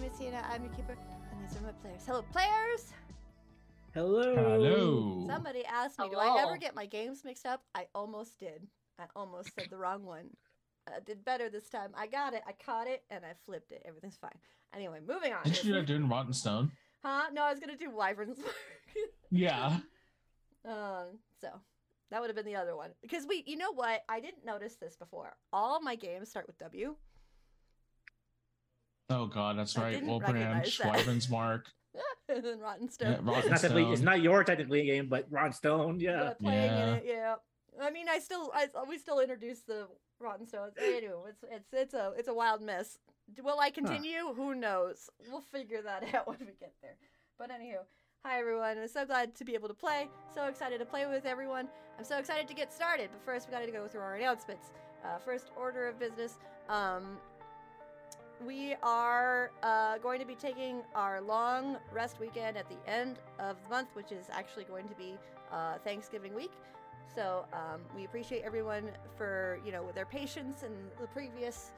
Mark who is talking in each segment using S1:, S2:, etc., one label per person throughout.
S1: Christina. I'm your keeper, and these are my players. Hello, players.
S2: Hello.
S3: Hello.
S1: Somebody asked me, do I ever get my games mixed up? I almost did. I almost said the wrong one. I uh, did better this time. I got it. I caught it, and I flipped it. Everything's fine. Anyway, moving on.
S3: Didn't you have doing Rotten Stone?
S1: huh? No, I was gonna do Wyvern's Mark.
S3: Yeah.
S1: Um, so that would have been the other one. Because we, you know what? I didn't notice this before. All my games start with W.
S3: Oh god, that's
S1: I
S3: right.
S1: didn't
S3: Wolbrand,
S1: recognize that.
S3: Schweiben's Mark.
S1: and then Rotten
S3: Yeah,
S1: Stone.
S2: It's
S3: Rotten
S2: not, technically,
S3: Stone.
S2: it's not your technically game, but Ron Stone. Yeah.
S1: But playing
S3: Yeah.
S1: in it, yeah. I mean, I still, I we still introduce the Rotten Stones. Anyway, it's it's it's a it's a wild mess. D- Will I continue? Who knows? We'll figure that out when we get there. But anywho, hi everyone. I'm so glad to be able to play. So excited to play with everyone. I'm so excited to get started. But first, we got to go through our announcements. Uh, first order of business. Um, we are uh, going to be taking our long rest weekend at the end of the month, which is actually going to be uh, Thanksgiving week. So um, we appreciate everyone for you know their patience and the previous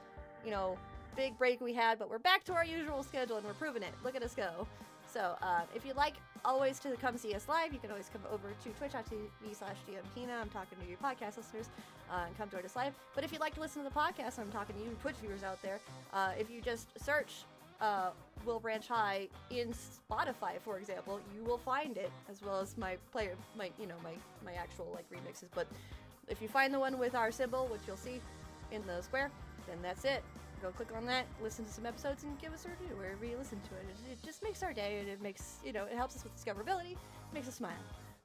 S1: you know big break we had, but we're back to our usual schedule and we're proving it. Look at us go! So uh, if you'd like always to come see us live, you can always come over to twitch.tv slash dmpina. I'm talking to you podcast listeners uh, and come join us live. But if you'd like to listen to the podcast, I'm talking to you Twitch viewers out there. Uh, if you just search uh, Will Branch High in Spotify, for example, you will find it as well as my player, my you know my my actual like remixes. But if you find the one with our symbol, which you'll see in the square, then that's it. Go click on that, listen to some episodes, and give us a review wherever you listen to it. It, it just makes our day, and it makes you know it helps us with discoverability, makes us smile.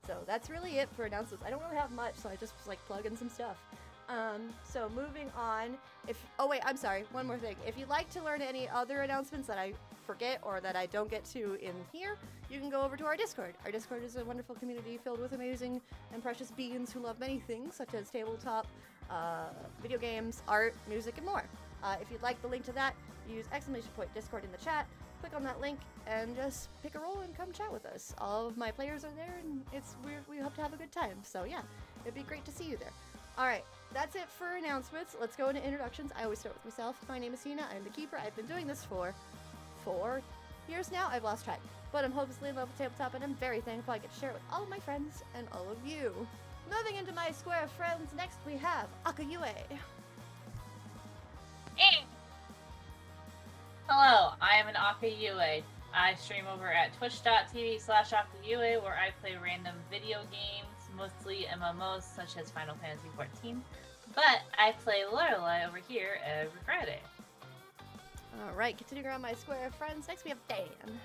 S1: So that's really it for announcements. I don't really have much, so I just was like plug in some stuff. Um, so moving on, if oh wait, I'm sorry, one more thing. If you'd like to learn any other announcements that I forget or that I don't get to in here, you can go over to our Discord. Our Discord is a wonderful community filled with amazing and precious beings who love many things such as tabletop, uh, video games, art, music, and more. Uh, if you'd like the link to that, use exclamation point Discord in the chat. Click on that link and just pick a role and come chat with us. All of my players are there, and it's we're, we hope to have a good time. So yeah, it'd be great to see you there. All right, that's it for announcements. Let's go into introductions. I always start with myself. My name is Hina. I'm the keeper. I've been doing this for four years now. I've lost track, but I'm hopelessly in love with tabletop, and I'm very thankful I get to share it with all of my friends and all of you. Moving into my square of friends, next we have Akayue.
S4: Hey! Hello, I am an Aka Yue. I stream over at twitch.tv slash Aka Yue where I play random video games, mostly MMOs such as Final Fantasy XIV. But I play Lorelei over here every Friday.
S1: All right, continuing around my square of friends, next we have Dan.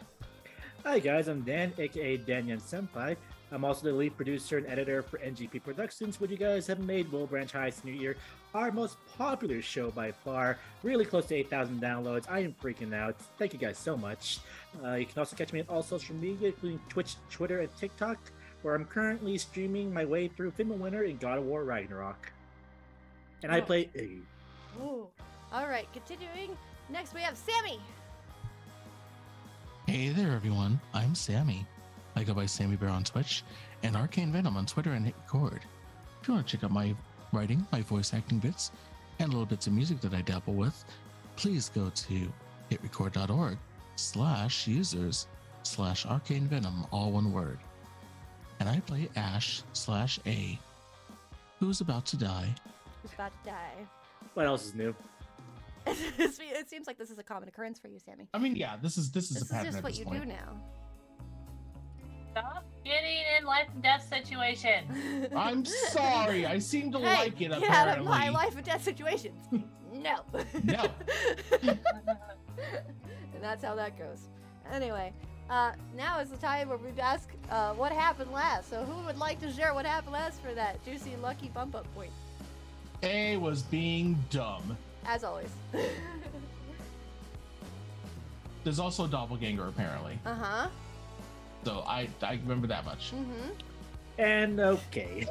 S2: Hi guys, I'm Dan, aka Danyan Senpai. I'm also the lead producer and editor for NGP Productions, which you guys have made Will Branch High's New Year our most popular show by far. Really close to 8,000 downloads. I am freaking out. Thank you guys so much. Uh, you can also catch me on all social media, including Twitch, Twitter, and TikTok, where I'm currently streaming my way through Finma Winter and God of War Ragnarok. And I
S1: Oh.
S2: play Iggy.
S1: Oh, all right, continuing. Next we have Sammy.
S3: Hey there, everyone. I'm Sammy. I go by Sammy Bear on Twitch and Arcane Venom on Twitter and Discord. If you want to check out my writing, my voice acting bits, and little bits of music that I dabble with, please go to hitrecord.org slash users slash arcane venom, all one word. And I play Ash slash A, who's about to die.
S1: Who's about to die?
S2: What else is new?
S1: it seems like this is a common occurrence for you, Sammy.
S3: I mean, yeah, this is this is
S1: This
S3: a
S1: is
S3: pattern
S1: just
S3: at
S1: what
S3: this
S1: you
S3: point.
S1: do now.
S4: Stop getting in life and death situations.
S3: I'm sorry. I seem to
S1: Hey,
S3: like it
S1: get
S3: apparently.
S1: out of my life and death situations. No.
S3: No.
S1: and that's how that goes. Anyway, uh, now is the time where we ask uh, what happened last. So who would like to share what happened last for that juicy lucky bump up point?
S3: A was being dumb.
S1: As always. uh
S3: There's also a doppelganger apparently,
S1: huh.
S3: so I I remember that much.
S1: Uh-huh. Mm-hmm.
S2: And okay.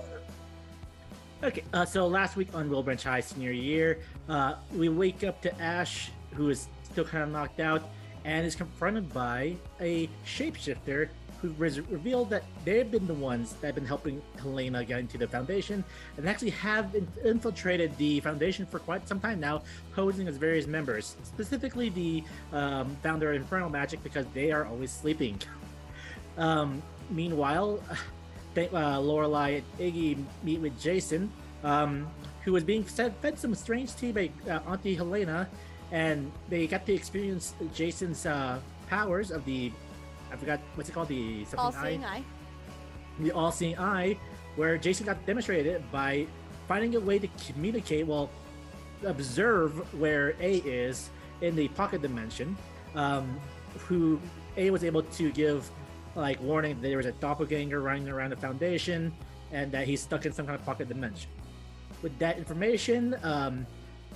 S2: Okay, uh, so last week on Wilbranch High senior year, uh, we wake up to Ash, who is still kind of knocked out, and is confronted by a shapeshifter who who res- revealed that they've been the ones that have been helping Helena get into the foundation and actually have in- infiltrated the foundation for quite some time now, posing as various members, specifically the um, founder of Infernal Magic, because they are always sleeping. Um, meanwhile, th- uh, Lorelai and Iggy meet with Jason, um, who was being fed, fed some strange tea by uh, Auntie Helena, and they got to experience Jason's uh, powers of the, I forgot what's it called, the something
S1: All
S2: eye?
S1: seeing eye.
S2: the all-seeing eye, where Jason got demonstrated by finding a way to communicate, well, observe where A is in the pocket dimension. Um, who A was able to give like warning that there was a doppelganger running around the foundation and that he's stuck in some kind of pocket dimension. With that information, um,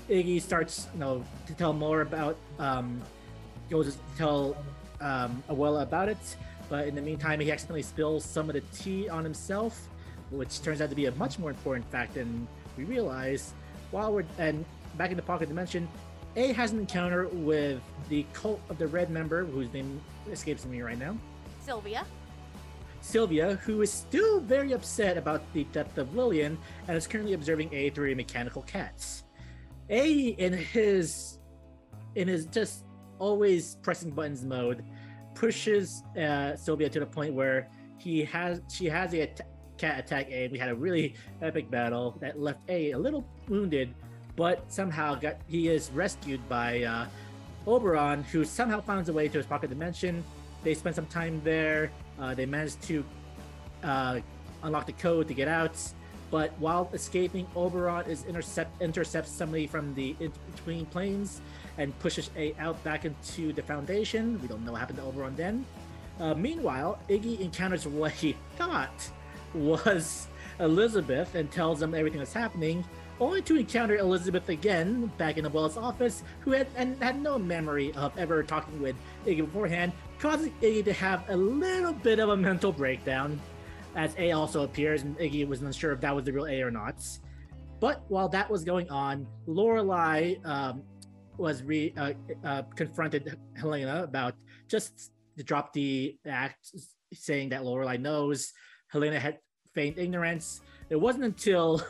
S2: Iggy starts, you know, to tell more about, um, goes to tell um, Awella about it. But in the meantime, he accidentally spills some of the tea on himself, which turns out to be a much more important fact than we realize. While we're and back in the pocket dimension, A has an encounter with the cult of the red member, whose name escapes me right now.
S1: Sylvia.
S2: Sylvia, who is still very upset about the death of Lillian and is currently observing A through a mechanical cats. A in his in his just always pressing buttons mode pushes uh, Sylvia to the point where he has she has a at- cat attack A. We had a really epic battle that left A a little wounded, but somehow got he is rescued by uh, Oberon, who somehow finds a way to his pocket dimension. They spend some time there. Uh, they managed to uh, unlock the code to get out. But while escaping, Oberon is intercept intercepts somebody from the in between planes and pushes A out back into the foundation. We don't know what happened to Oberon then. Uh, meanwhile, Iggy encounters what he thought was Elizabeth and tells them everything that's happening, only to encounter Elizabeth again back in the Wells office, who had and had no memory of ever talking with Iggy beforehand, causing Iggy to have a little bit of a mental breakdown. As A also appears, and Iggy was unsure if that was the real A or not. But while that was going on, Lorelai um, was re uh, uh, confronted Helena about just to drop the act, saying that Lorelai knows Helena had feigned ignorance. It wasn't until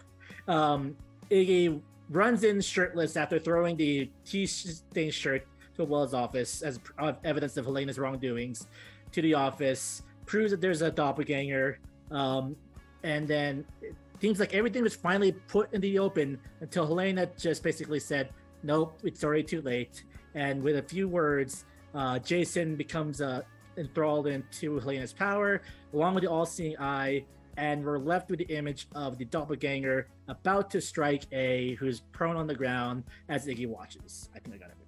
S2: um, Iggy runs in shirtless after throwing the T-stained shirt to Wells' office as pr- of evidence of Helena's wrongdoings to the office, proves that there's a doppelganger, um, and then it seems like everything was finally put in the open until Helena just basically said, nope, it's already too late. And with a few words, uh, Jason becomes uh, enthralled into Helena's power, along with the all seeing eye, and we're left with the image of the doppelganger about to strike A, who's prone on the ground as Iggy watches. I think I got everything.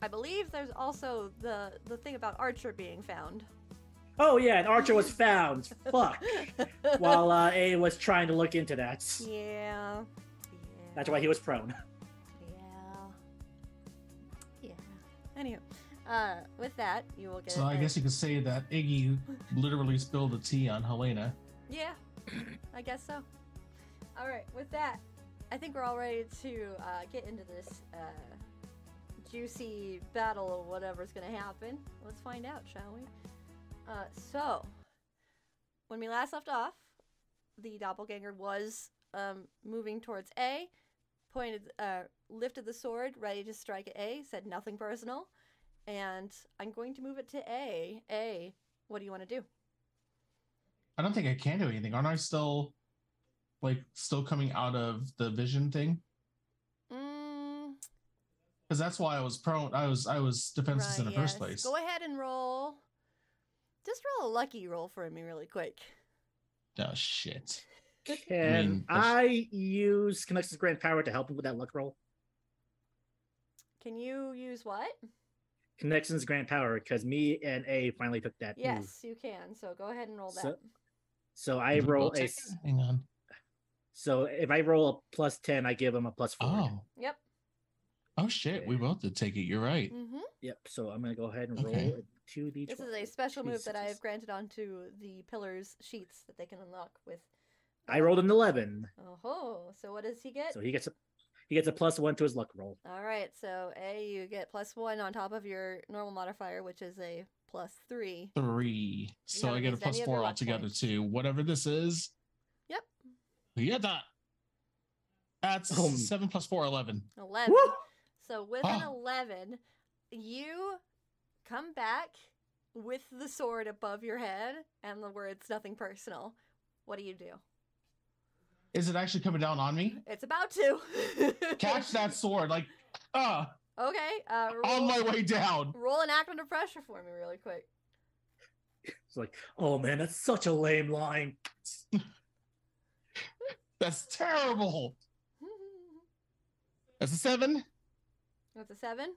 S1: I believe there's also the the thing about Archer being found.
S2: Oh, yeah, and Archer was found. Fuck. While uh, A was trying to look into that.
S1: yeah. Yeah.
S2: That's why he was prone.
S1: Yeah. Yeah. Anywho, uh, with that, you will get.
S3: So I
S1: a-
S3: guess you could say that Iggy literally spilled the tea on Helena.
S1: Yeah, I guess so. All right, with that, I think we're all ready to uh, get into this uh, juicy battle or whatever's going to happen. Let's find out, shall we? Uh, so, when we last left off, the doppelganger was um, moving towards A, pointed, uh, lifted the sword, ready to strike at A, said nothing personal, and I'm going to move it to A. A, what do you want to do?
S3: I don't think I can do anything. Aren't I still like still coming out of the vision thing?
S1: Mm,
S3: Because that's why I was prone. I was I was defenseless in the
S1: Right,
S3: first
S1: yes.
S3: place.
S1: Go ahead and roll. Just roll a lucky roll for me really quick.
S3: Oh shit!
S2: Can I,
S3: mean, that's-
S2: use Connexus Grand Power to help him with that luck roll?
S1: Can you use what?
S2: Connections Grand Power, because me and A finally took that. move.
S1: Yes, you can. So go ahead and roll that.
S2: So- So I
S3: We'll
S2: roll a.
S3: take-
S2: s-
S3: Hang on.
S2: So if I roll a plus ten, I give him a plus four.
S3: Oh
S1: Yep.
S3: oh shit! We both did take it. You're right.
S1: hmm
S2: Yep. So I'm gonna go ahead and
S3: Okay.
S2: roll a two d.
S1: This is a special move that I
S2: Jesus.
S1: have granted onto the pillars sheets that they can unlock with.
S2: I rolled an eleven,
S1: Oh, so what does he get?
S2: so he gets a he gets a plus one to his luck roll.
S1: All right. So A, you get plus one on top of your normal modifier, which is a plus three.
S3: Three. So I
S1: haven't
S3: get a
S1: used
S3: plus
S1: any of
S3: four
S1: your luck
S3: altogether
S1: points.
S3: too. Whatever this is.
S1: Yep.
S3: We get that. That's
S2: Um,
S3: seven plus four, 11.
S1: Eleven.
S2: Woo!
S1: So with an
S3: Wow.
S1: eleven, you come back with the sword above your head and the words "nothing personal." What do you do?
S3: Is it actually coming down on me?
S1: It's about to
S3: Catch that sword, like, ah,
S1: Okay. Uh,
S3: on
S1: roll,
S3: my way down.
S1: roll an act under pressure for me, really quick.
S2: It's like, oh man, that's such a lame line.
S3: That's terrible. That's a seven.
S1: That's a seven.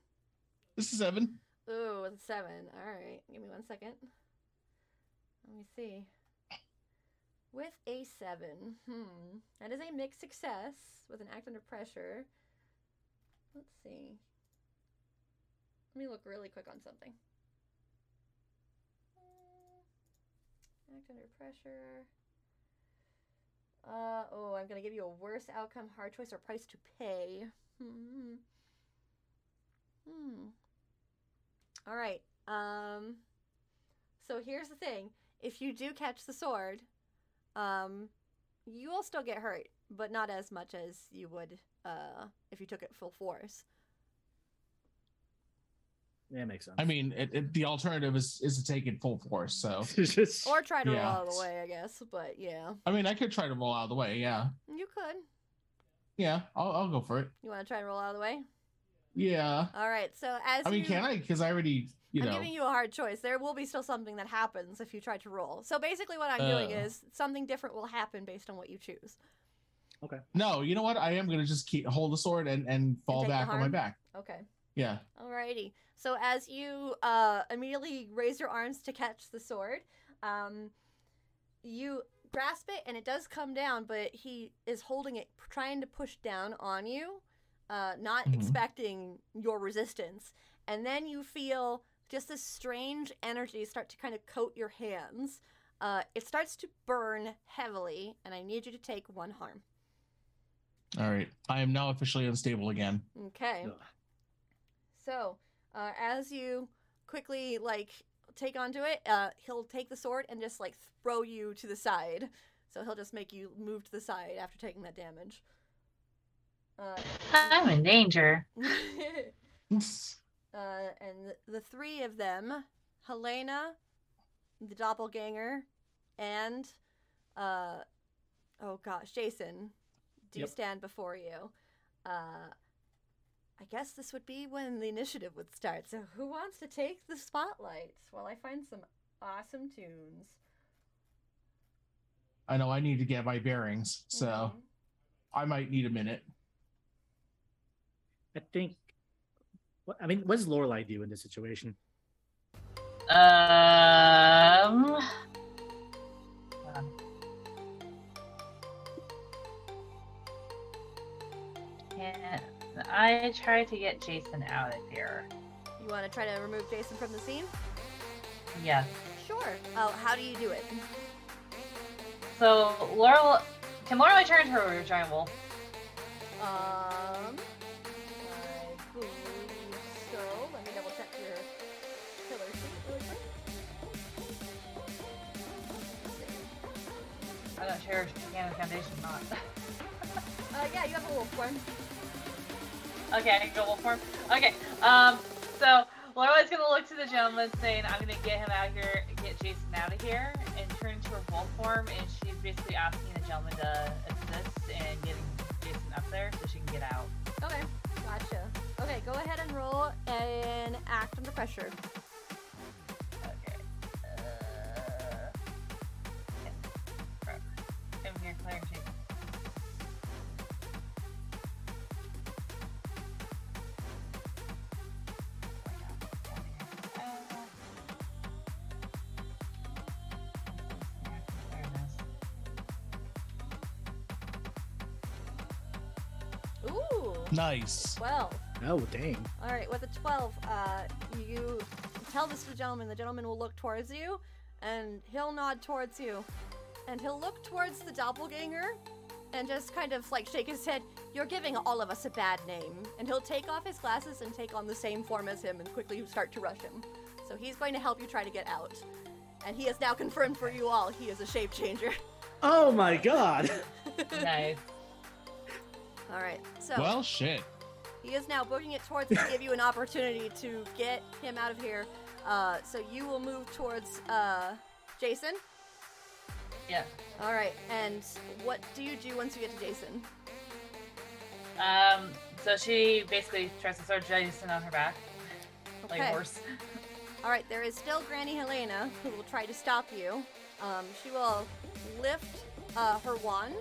S3: This is seven.
S1: Ooh, it's a seven. All right, give me one second. Let me see. With a seven, hmm, that is a mixed success with an act under pressure. Let's see. Let me look really quick on something. Uh, Act under pressure. Uh oh, I'm gonna give you a worse outcome, hard choice, or price to pay. Hmm. Hmm. All right. Um so here's the thing. If you do catch the sword, um you will still get hurt, but not as much as you would uh if you took it full force.
S2: That makes sense.
S3: I mean, it, it, the alternative is is to take it full force. So,
S2: Just-
S1: Or try to
S3: Yeah.
S1: roll out of the way, I guess, but yeah.
S3: I mean, I could try to roll out of the way. Yeah,
S1: You could.
S3: yeah, I'll, I'll go for it.
S1: You want to try and roll out of the way?
S3: Yeah.
S1: All right. So as
S3: I mean,
S1: you-
S3: can I? Because I already, you
S1: I'm
S3: know,
S1: giving you a hard choice. There will be still something that happens if you try to roll. So basically, what I'm doing
S3: Oh.
S1: is something different will happen based on what you choose.
S3: no, you know what? I am gonna just keep hold the sword and and fall
S1: take the
S3: back on my
S1: harm?
S3: back.
S1: Okay.
S3: Yeah.
S1: Alrighty. So as you uh, immediately raise your arms to catch the sword, um, you grasp it and it does come down, but he is holding it, p- trying to push down on you, uh, not
S3: Mhm.
S1: expecting your resistance. And then you feel just this strange energy start to kind of coat your hands. Uh, it starts to burn heavily, and I need you to take one harm.
S3: All right. I am now officially unstable again.
S1: Okay.
S2: Ugh.
S1: So, uh, as you quickly like take onto it, uh, he'll take the sword and just like throw you to the side. So he'll just make you move to the side after taking that damage. Uh,
S4: I'm in danger.
S1: uh,
S3: That's
S1: and the three of them, Helena, the doppelganger, and uh, oh gosh, Jason, do
S2: Yep.
S1: stand before you. Uh, I guess this would be when the initiative would start. So who wants to take the spotlight while I find some awesome tunes?
S3: I know. I need to get my bearings, so
S1: Mhm.
S3: I might need a minute.
S2: I think. what- I mean, what does Lorelai do in this situation?
S4: Um. Can I try to get Jason out of here?
S1: you want to try to remove Jason from the scene?
S4: Yes.
S1: Sure. Oh, how do you do it?
S4: So Laurel, can Laurel return to her giant wolf?
S1: Um, I believe so. Let me double check your killer sheet really quick.
S4: I'm not sure if she can with foundation or not.
S1: Uh, yeah, you have a wolf one.
S4: okay, I can go wolf form. Okay. Um. So Laurel is gonna look to the gentleman, saying, "I'm gonna get him out of here, get Jason out of here," and turn to her wolf form, and she's basically asking the gentleman to assist in getting Jason up there so she can get out.
S1: Okay, gotcha. Okay, go ahead and roll and act under pressure.
S4: Okay. Uh, I'm here, Claire. and Jason.
S1: Ooh,
S3: Nice.
S1: 12.
S2: Oh, dang.
S1: All right, with a 12, uh, you tell this to the gentleman. The gentleman will look towards you, and he'll nod towards you. And he'll look towards the doppelganger and just kind of like shake his head. You're giving all of us a bad name. And he'll take off his glasses and take on the same form as him and quickly start to rush him. So he's going to help you try to get out. And he has now confirmed for you all he is a shape changer.
S2: Oh my god!
S4: Nice.
S1: all right. So
S3: Well, shit.
S1: he is now booking it towards to give you an opportunity to get him out of here. Uh, so you will move towards uh, Jason.
S4: Yeah.
S1: All right. And what do you do once you get to Jason?
S4: Um. So she basically tries to throw Jason on her back, like
S1: Okay.
S4: worse.
S1: All right, there is still Granny Helena who will try to stop you. Um, she will lift uh, her wand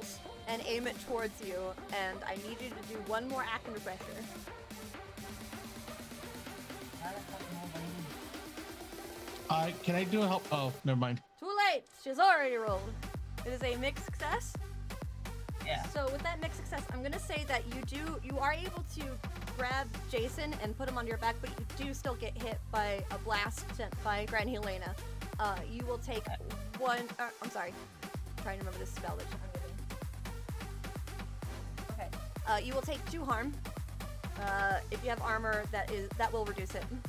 S1: and aim it towards you, and I need you to do one more acupressure.
S3: Uh, can I do a help? Oh, never mind.
S1: Too late! She's already rolled. It is a mixed success.
S4: Yeah.
S1: So with that mixed success, I'm gonna say that you do you are able to grab Jason and put him on your back, but you do still get hit by a blast sent by Granny Helena. Uh, you will take one. Uh, I'm sorry. I'm trying to remember this spell that I'm giving. Okay. Uh, you will take two harm. Uh, if you have armor, that is that will reduce it.
S4: Okay.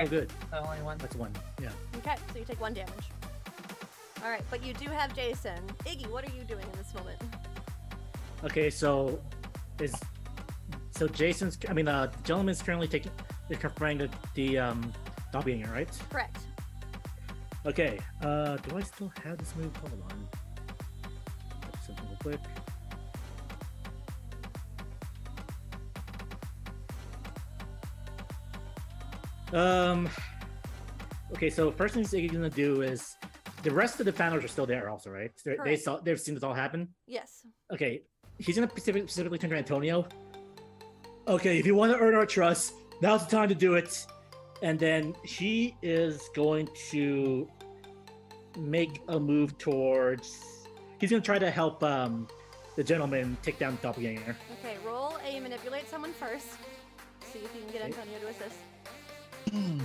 S2: Oh, good.
S4: So only one.
S2: That's one. Yeah.
S1: Okay, so you take one damage. All right, but you do have Jason. Iggy, what are you doing in this moment?
S2: Okay, so is so Jason's. I mean, uh, the gentleman's currently taking. They're confronting the, the um, doppelganger, right?
S1: Correct.
S2: Okay. Uh, do I still have this move? Hold on. Look Something real quick. Um. Okay, so first thing Ziggy's gonna do is the rest of the panels are still there, also, right? They're, they
S1: Correct.
S2: saw they've seen this all happen.
S1: Yes.
S2: Okay, he's gonna specific, specifically turn to Antonio. Okay, if you want to earn our trust, now's the time to do it. And then she is going to make a move towards. He's gonna try to help um, the gentleman take down the doppelganger.
S1: Okay, roll a manipulate someone first. See if you can get
S2: Okay.
S1: Antonio to assist.
S3: Hmm.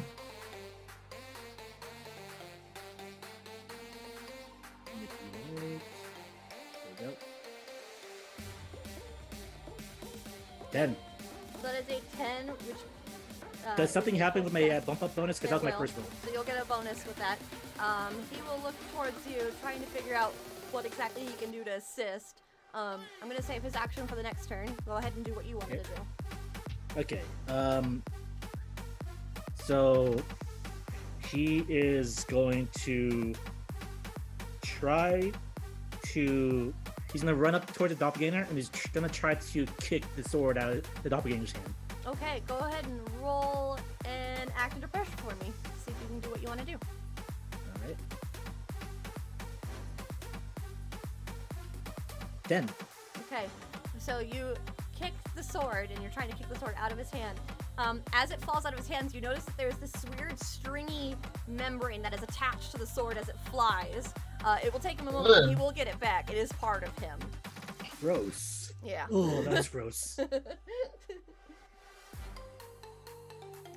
S2: Manipulate. There we go. Then
S1: So that is a 10, which. Uh,
S2: does something happen with my uh,
S1: yes,
S2: bump up bonus? Because
S1: there
S2: that was my
S1: will.
S2: first roll.
S1: So you'll get a bonus with that. Um, he will look towards you, trying to figure out what exactly he can do to assist. Um, I'm going to save his action for the next turn. Go ahead and do what you wanted
S2: Okay.
S1: to do.
S2: Okay. Um. So he is going to try to. He's gonna run up towards the doppelganger and he's tr- gonna try to kick the sword out of the doppelganger's hand.
S1: Okay, go ahead and roll an act under pressure for me. See if you can do what you want to do.
S2: All right. Then
S1: Okay, so you kick the sword, and you're trying to kick the sword out of his hand. Um, as it falls out of his hands, you notice that there's this weird stringy membrane that is attached to the sword as it flies. Uh, it will take him a moment, but he will get it back. It is part of him.
S2: gross.
S1: Yeah.
S2: Oh, that's gross.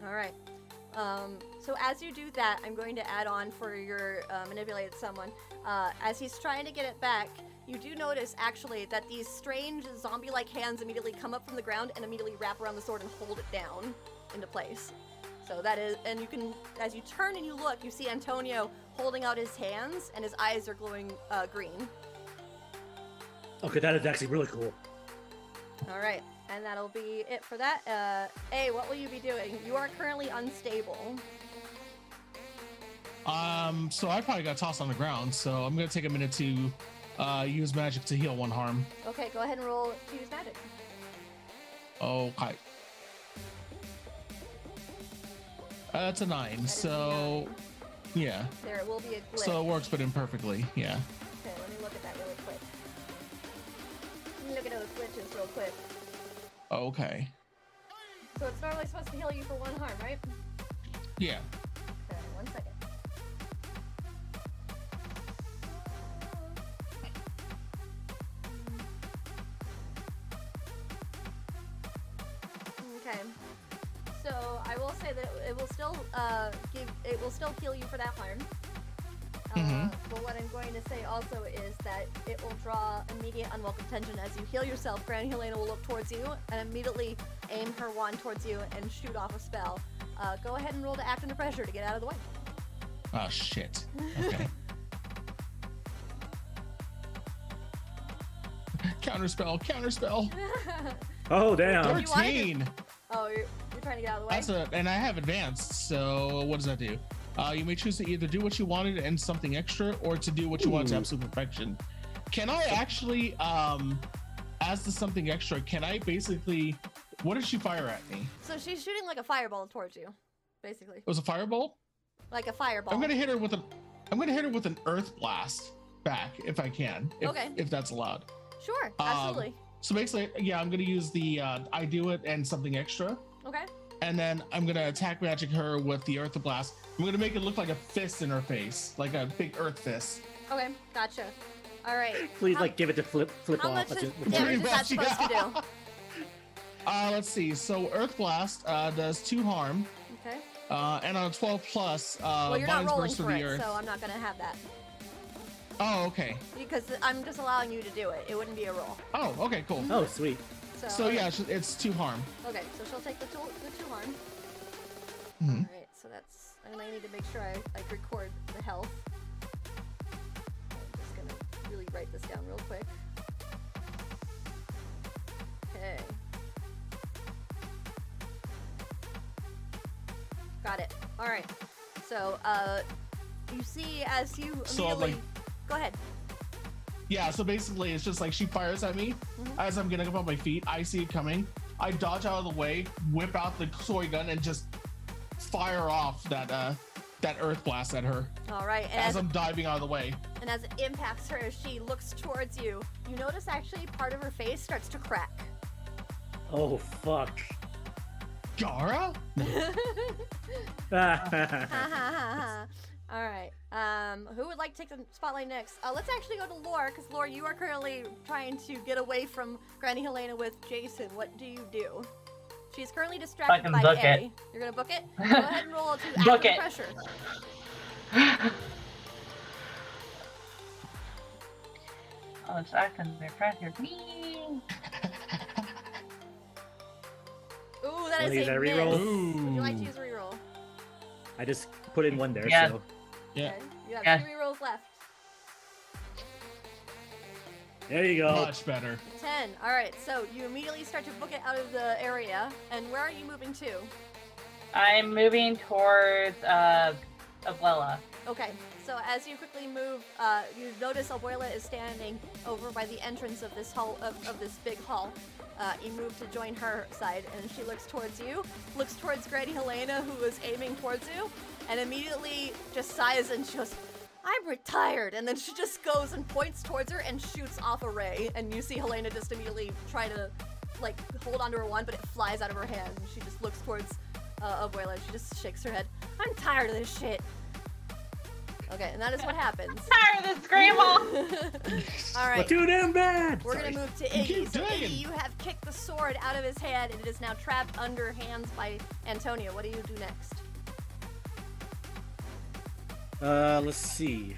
S1: All right. Um, so as you do that, I'm going to add on for your uh, manipulate someone. Uh, as he's trying to get it back, you do notice actually that these strange zombie-like hands immediately come up from the ground and immediately wrap around the sword and hold it down into place. So that is, and you can, as you turn and you look, you see Antonio holding out his hands, and his eyes are glowing uh, green.
S2: Okay, that is actually really cool.
S1: All right, and that'll be it for that. Uh, A, what will you be doing? You are currently unstable.
S3: Um, so I probably got tossed on the ground, so I'm gonna take a minute to uh, use magic to heal one harm.
S1: Okay, go ahead and roll to use magic.
S3: Okay. Uh, that's a nine.
S1: That is a
S3: so,
S1: nine.
S3: yeah.
S1: there will be a glitch.
S3: So it works, but imperfectly. Yeah.
S1: Okay, let me look at that really quick. Let me look at those glitches real quick.
S3: Oh, Okay.
S1: So it's normally supposed to heal you for one harm, right?
S3: Yeah.
S1: Okay, one second. Okay. So I will say that it will still uh, give it will still heal you for that harm. Uh,
S3: Mhm.
S1: but what I'm going to say also is that it will draw immediate unwelcome attention as you heal yourself. Granny Helena will look towards you and immediately aim her wand towards you and shoot off a spell. Uh, go ahead and roll to act under pressure to get out of the way.
S3: Oh shit. Okay. counterspell, counterspell.
S1: Hmm.
S2: Oh
S1: Darn.
S2: damn!
S1: You wanted to-
S3: Thirteen.
S1: oh, you're, you're trying to get out of the way?
S3: That's a, and I have advanced. So what does that do? Uh, you may choose to either do what you wanted and something extra, or to do what you want to
S2: Ooh.
S3: absolute perfection. Can I actually, um, as to something extra, can I basically? What did she fire at me?
S1: so she's shooting like a fireball towards you, basically.
S3: It was a fireball.
S1: Like a fireball.
S3: I'm gonna hit her with a. I'm gonna hit her with an earth blast back if I can. If,
S1: Okay.
S3: If that's allowed. Um,
S1: Sure, absolutely.
S3: So basically, yeah, I'm gonna use the uh, I do it and something extra,
S1: Okay.
S3: and then I'm gonna attack magic her with the earth blast. I'm gonna make it look like a fist in her face, like a big earth fist.
S1: Okay, gotcha. All right.
S2: Please
S1: How-
S2: like give it to flip flip
S1: how
S2: off.
S1: much is-
S2: That's it.
S1: damage is that
S3: Pretty much,
S1: supposed to do?
S3: Uh, let's see. So earth blast uh, does two harm,
S1: Okay.
S3: uh, and on a 12 plus, uh,
S1: well, you're not
S3: vines
S1: rolling
S3: burst through
S1: for
S3: the
S1: it,
S3: earth.
S1: so I'm not gonna have that
S3: Oh, okay.
S1: because I'm just allowing you to do it. It wouldn't be a roll.
S3: Oh, okay, cool.
S1: Mm-hmm.
S2: Oh sweet.
S1: So,
S3: So yeah, it's- it's two harm.
S1: Okay, so she'll take the two, the two harm.
S3: Mhm.
S1: All right, so that's. And I need to make sure I like record the health. I'm just gonna really write this down real quick. Okay. Got it. All right. So, uh, you see as you immediately.
S3: So I'm like-
S1: Go ahead.
S3: Yeah, so basically, it's just like she fires at me
S1: Mhm.
S3: as I'm getting up on my feet. I see it coming. I dodge out of the way, whip out the soy gun, and just fire off that uh, that earth blast at her
S1: All right. And
S3: as I'm diving out of the way.
S1: and as it impacts her, as she looks towards you, you notice actually part of her face starts to crack.
S2: Oh fuck.
S3: Gara?
S1: Ha, ha, ha, ha. All right. Um, who would like to take the spotlight next? Uh, let's actually go to Lore, because Lore, you are currently trying to get away from Granny Helena with Jason. What do you do? She's currently distracted
S4: Fucking
S1: by
S4: book
S1: A.
S4: it.
S1: You're gonna book it. Go ahead and roll to
S4: Book
S1: active
S4: it.
S1: pressure.
S4: Oh, it's acting their pressure. Me.
S1: Ooh, that
S2: Wanna
S1: is
S2: use
S1: a
S2: that
S1: miss.
S2: reroll?
S1: Would you like to
S3: Ooh.
S1: use a reroll?
S2: I just put in one there.
S4: Yeah.
S2: So
S3: Yeah.
S1: Okay. You have
S4: Yeah.
S1: two rerolls left.
S2: there you go.
S3: Much better.
S1: Ten. All right. So you immediately start to book it out of the area. And where are you moving to?
S4: I'm moving towards uh, Abuela.
S1: Okay, so as you quickly move, uh, you notice Abuela is standing over by the entrance of this hall of, of this big hall. Uh, you move to join her side, and she looks towards you, looks towards Granny Helena, who is aiming towards you, and immediately just sighs and she goes, "I'm retired," and then she just goes and points towards her and shoots off a ray, and you see Helena just immediately try to like hold onto her wand, but it flies out of her hand. And she just looks towards uh, Abuela. and She just shakes her head. I'm tired of this shit. Okay, and that is what happens.
S4: Tired of this grandma.
S1: All right.
S2: Too damn bad.
S1: We're
S2: Sorry.
S1: gonna move to
S3: keep
S1: Iggy. So
S3: doing it.
S1: Iggy, you have kicked the sword out of his hand, and it is now trapped under hands by Antonio. What do you do next?
S2: Uh, let's see.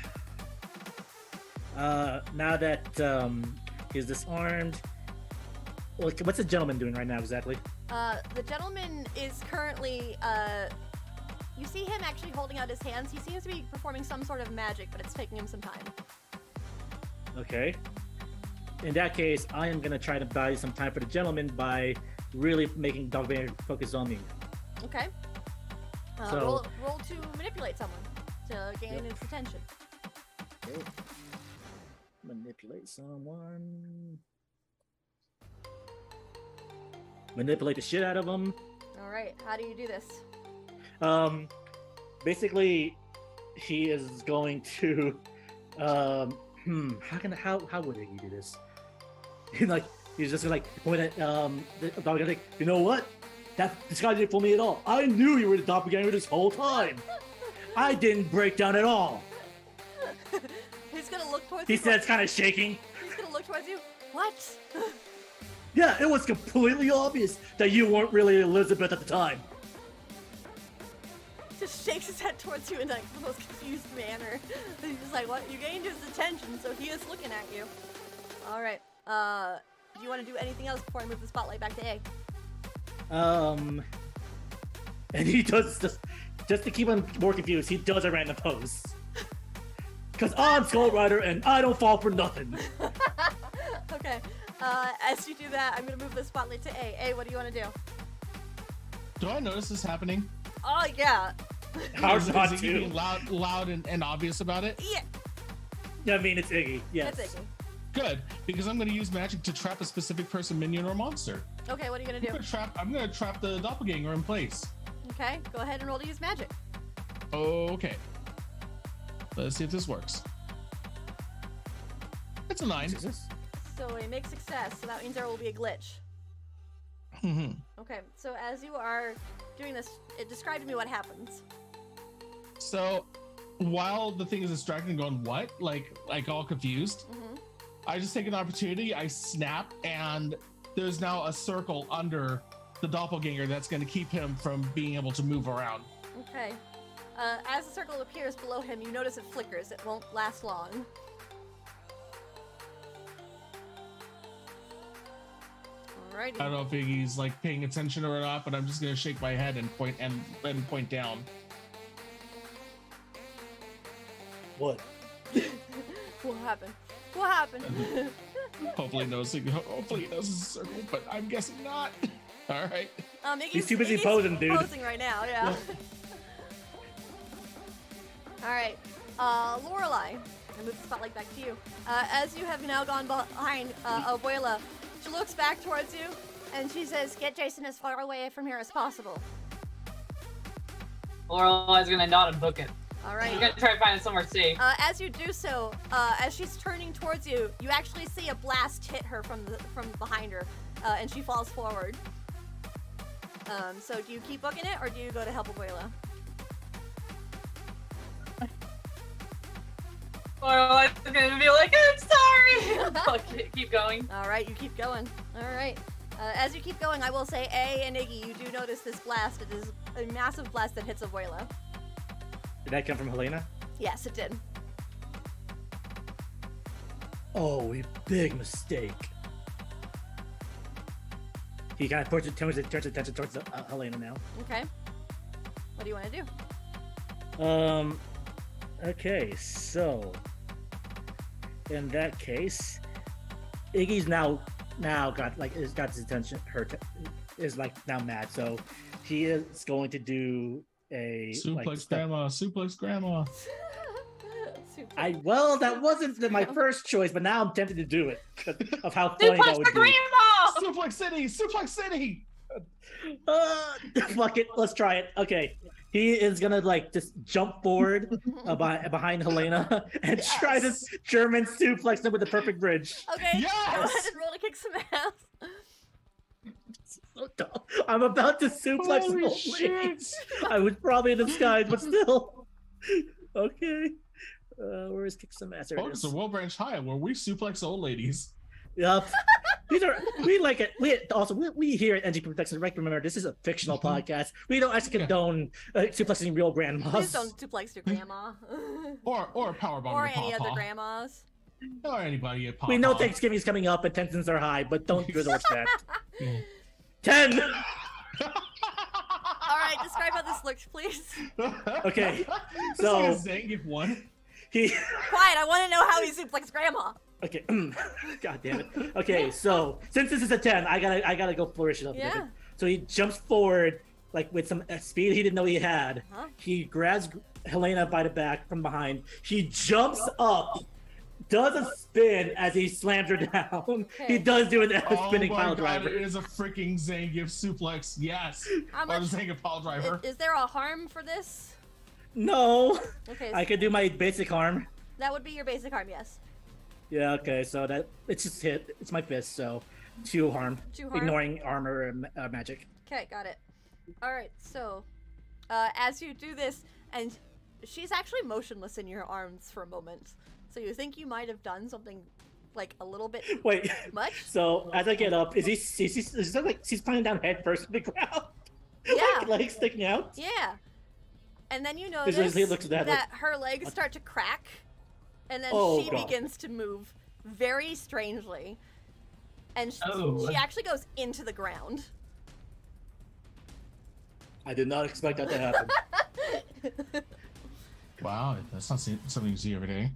S2: Uh, now that um, he's disarmed, like, what's the gentleman doing right now exactly?
S1: Uh, the gentleman is currently. Uh, you see him actually holding out his hands. He seems to be performing some sort of magic, but it's taking him some time.
S2: Okay. In that case, I am gonna try to buy some time for the gentleman by really making Dog Vader focus on me.
S1: Okay. Uh,
S2: So-
S1: roll, roll to manipulate someone to gain
S2: Yep.
S1: his attention.
S2: Manipulate someone. Manipulate the shit out of him.
S1: All right. How do you do this?
S2: Um, basically, he is going to. Um, hmm, how can how how would he do this? He's like he's just like point at um the the dog. Like you know what? That this guy didn't fool me at all. I knew you were the doppelganger this whole time. I didn't break down at all.
S1: He's gonna look towards.
S2: He
S1: you.
S2: says, kind of shaking.
S1: He's gonna look towards you. What?
S2: Yeah, it was completely obvious that you weren't really Elizabeth at the time.
S1: just shakes his head towards you in like the most confused manner. He's just like, "What? You gained his attention, so he is looking at you." All right. Uh, do you want to do anything else before I move the spotlight back to A?
S2: Um, and he does just just to keep him more confused. He does a random pose. Cause I'm Skull Rider and I don't fall for nothing.
S1: okay. Uh, as you do that, I'm gonna move the spotlight to A. A, what do you want to do?
S3: Do I notice this happening?
S1: Oh yeah,
S2: How's
S3: Is-
S2: not
S3: is he being
S2: to?
S3: loud, loud and, and obvious about it?
S1: yeah.
S2: I mean, it's Iggy. Yes.
S1: That's Iggy.
S3: Good, because I'm going to use magic to trap a specific person, minion, or monster.
S1: Okay, what are you gonna
S3: I'm
S1: do?
S3: going to trap. I'm going to trap the doppelganger in place.
S1: Okay, go ahead and roll to use magic.
S3: Okay. Let's see if this works. It's a nine.
S2: Jesus.
S1: So a make success. So that means there will be a glitch.
S3: Mhm.
S1: Okay. So as you are doing this, it describe to me what happens.
S3: So while the thing is distracted and going, what? Like like all confused,
S1: hmm
S3: I just take an opportunity, I snap, and there's now a circle under the doppelganger that's gonna keep him from being able to move around.
S1: Okay. Uh, as the circle appears below him, you notice it flickers. It won't last long.
S3: I
S2: Um,
S3: don't
S1: Alrighty.
S3: know if he's like paying attention or not, but I'm just gonna shake my head and point and, and point down.
S2: What?
S1: what happened? What happened?
S2: um,
S3: Hopefully he knows hopefully he knows it's a circle, but I'm guessing not. Alright.
S1: um, Iggy's,
S2: He's too busy
S1: Iggy's
S2: posing, dude.
S1: Posing right now, yeah. All right, uh, Lorelai, I move the spotlight back to you. Uh, as you have now gone behind uh, Abuela, she looks back towards you and she says, "Get Jason as far away from here as possible."
S4: Laurel is gonna nod and book it.
S1: All
S4: We're
S1: right.
S4: gonna try to find it somewhere safe.
S1: Uh, as you do so, uh, as she's turning towards you, you actually see a blast hit her from the, from behind her, uh, and she falls forward. Um, so do you keep booking it, or do you go to help Abuela?
S4: Laurel is gonna be like, I'm sorry. Book it. Keep going.
S1: All right, you keep going. All right. Uh, as you keep going, I will say, A and Iggy, you do notice this blast. It is a massive blast that hits Abuela.
S2: Did that come from Helena?
S1: Yes, it did.
S2: Oh, a big mistake. He kind of turns, turns, turns attention towards uh, Helena now.
S1: Okay. What do you want to do?
S2: Um. Okay, so in that case, Iggy's now now got like is got his attention. Her t- is like now mad, so he is going to do a
S3: Suplex
S2: like, step-
S3: grandma, suplex grandma.
S1: Super.
S2: I well, that wasn't the, my first choice, but now I'm tempted to do it 'cause of how funny that
S4: Suplex
S2: would
S4: the
S2: be.
S4: grandma!
S3: suplex city, suplex city!
S2: Uh, fuck it, let's try it. Okay, he is gonna like just jump forward uh, by, behind Helena and try this German suplex them with the perfect bridge.
S1: okay. Go ahead
S3: Yes!
S1: and roll to kick some ass.
S2: so dumb. I'm about to suplex
S3: Holy
S2: Holy
S3: shit.
S2: I was probably in disguise, but still. okay. Uh, where is kick some ass? There it
S3: Bonus
S2: is.
S3: of Will Branch High, where we suplex old ladies.
S2: Yup. These are we like it. We also we, we here at NGP Protection Direct remember this is a fictional
S3: Mhm.
S2: podcast. We don't actually
S3: Yeah.
S2: condone uh, suplexing real grandmas.
S1: Please don't duplex your grandma.
S3: Or or power bomb.
S1: or any other
S3: grandma.
S1: grandmas.
S3: Or anybody at Pop.
S2: We know Thanksgiving's coming up and tensions are high, but don't resort to that. Ten.
S1: All right, describe how this looks, please.
S2: Okay,
S3: This
S2: so-
S3: is like a Zangief one.
S2: He
S1: Quiet. I want to know how he suplex grandma.
S2: okay. God damn it. Okay, so since this is a ten, I gotta I gotta go flourish it up. a little
S1: Yeah.
S2: bit. So he jumps forward like with some uh, speed he didn't know he had.
S1: Huh?
S2: He grabs Helena by the back from behind. He jumps up, does a spin as he slams her down. He
S1: Okay.
S2: does do an
S3: Oh my
S2: spinning pile
S3: god, it
S2: driver.
S3: is a freaking Zangief suplex. Yes.
S1: How
S3: Or the
S1: much?
S3: Zangief pile
S1: i-
S3: driver.
S1: Is there a harm for this?
S2: No,
S1: Okay,
S2: I could do my basic harm.
S1: that would be your basic harm. Yes.
S2: Yeah, okay, so that it's just hit. It's my fist, so two harm,
S1: Two harm.
S2: ignoring armor and ma- uh, magic.
S1: Okay, got it. All right, so uh, as you do this, and she's actually motionless in your arms for a moment, so you think you might have done something like a little bit
S2: Wait,
S1: much.
S2: so as I get up, is he? Is he? Is he like she's planning down head first to the ground?
S1: Yeah.
S2: like, legs sticking out.
S1: Yeah. And then you
S2: As
S1: notice
S2: soon as he looks at
S1: that,
S2: that, like-
S1: her legs start to crack, and then
S2: Oh,
S1: she
S2: God.
S1: begins to move very strangely, and she,
S4: Oh.
S1: she actually goes into the ground.
S2: I did not expect that to happen.
S3: Wow, that's not se- something you see every day.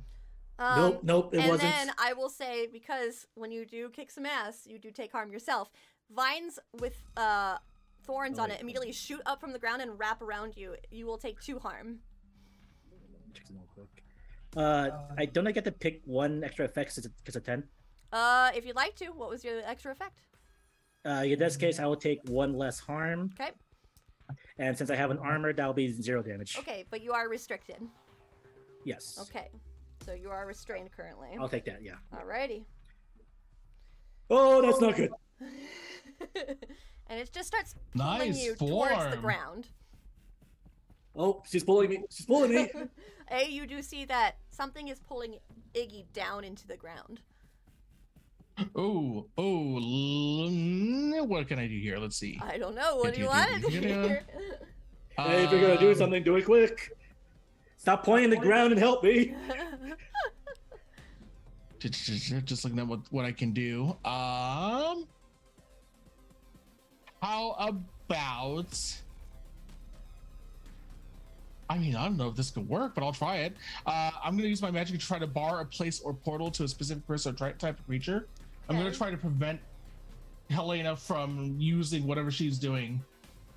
S1: um,
S2: nope, nope, it
S1: and
S2: wasn't.
S1: then I will say because when you do kick some ass, you do take harm yourself. Vines with uh, thorns on
S2: Oh.
S1: it immediately shoot up from the ground and wrap around you. You will take two harm.
S2: Check them real quick. Uh, I don't I get to pick one extra effect since it's a ten.
S1: Uh, if you'd like to, what was your extra effect?
S2: Uh, in this case, I will take one less harm,
S1: Okay,
S2: and since I have an armor, that'll be zero damage.
S1: okay, but you are restricted.
S2: Yes.
S1: Okay, so you are restrained currently.
S2: I'll take that. Yeah.
S1: Alrighty.
S2: Oh, that's not good.
S1: and it just starts pulling
S3: Nice
S1: you towards the
S3: form.
S1: ground.
S2: Oh, she's bullying me. She's bullying me.
S1: A, you do see that something is pulling Iggy down into the ground.
S3: Oh, oh, l- what can I do here? Let's see.
S1: I don't know. What do you
S3: Yeah,
S1: want?
S3: do you do- do you
S2: hey, if you're gonna do
S3: Um,
S2: something, do it quick. Stop pointing the ground and help me.
S3: Just- just just- just looking at what, what I can do. Um, how about? I mean, I don't know if this could work, but I'll try it. Uh, I'm gonna use my magic to try to bar a place or portal to a specific person or tri- type of creature. I'm gonna
S1: Okay.
S3: try to prevent Helena from using whatever she's doing.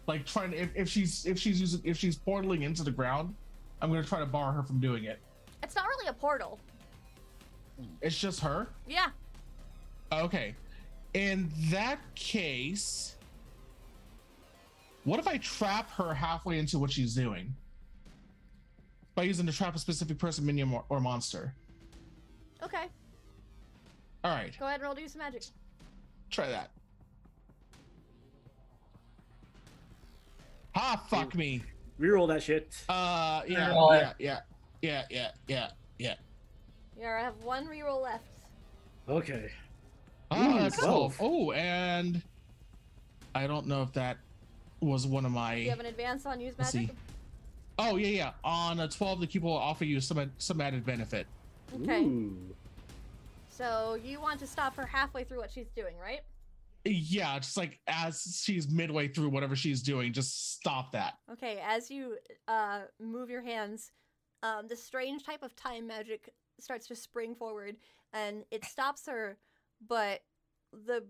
S3: Like trying to, if, if she's if she's using if she's portaling into the ground, I'm gonna try to bar her from doing it.
S1: it's not really a portal.
S3: It's just her.
S1: Yeah.
S3: Okay. In that case, what if I trap her halfway into what she's doing? By using to trap a specific person, minion, or, or monster.
S1: Okay.
S3: All right,
S1: Go ahead and roll. Do some magic.
S3: try that. Ah, fuck me.
S2: Reroll that shit.
S3: Uh, yeah,
S4: Roll
S3: yeah,
S4: it.
S3: yeah, yeah, yeah, yeah, yeah.
S1: You already have one reroll left.
S2: Okay.
S3: Ah,
S2: Ooh,
S3: that's
S2: 12.
S3: cool. Oh, and I don't know if that was one of my.
S1: Do you have an advance on use
S3: Let's
S1: magic?
S3: Oh yeah, yeah. On a twelve, the people will offer you some some added benefit.
S1: Okay.
S2: Ooh.
S1: So you want to stop her halfway through what she's doing, right?
S3: Yeah, just like as she's midway through whatever she's doing, just stop that.
S1: Okay, as you uh, move your hands, um, the strange type of time magic starts to spring forward and it stops her, but the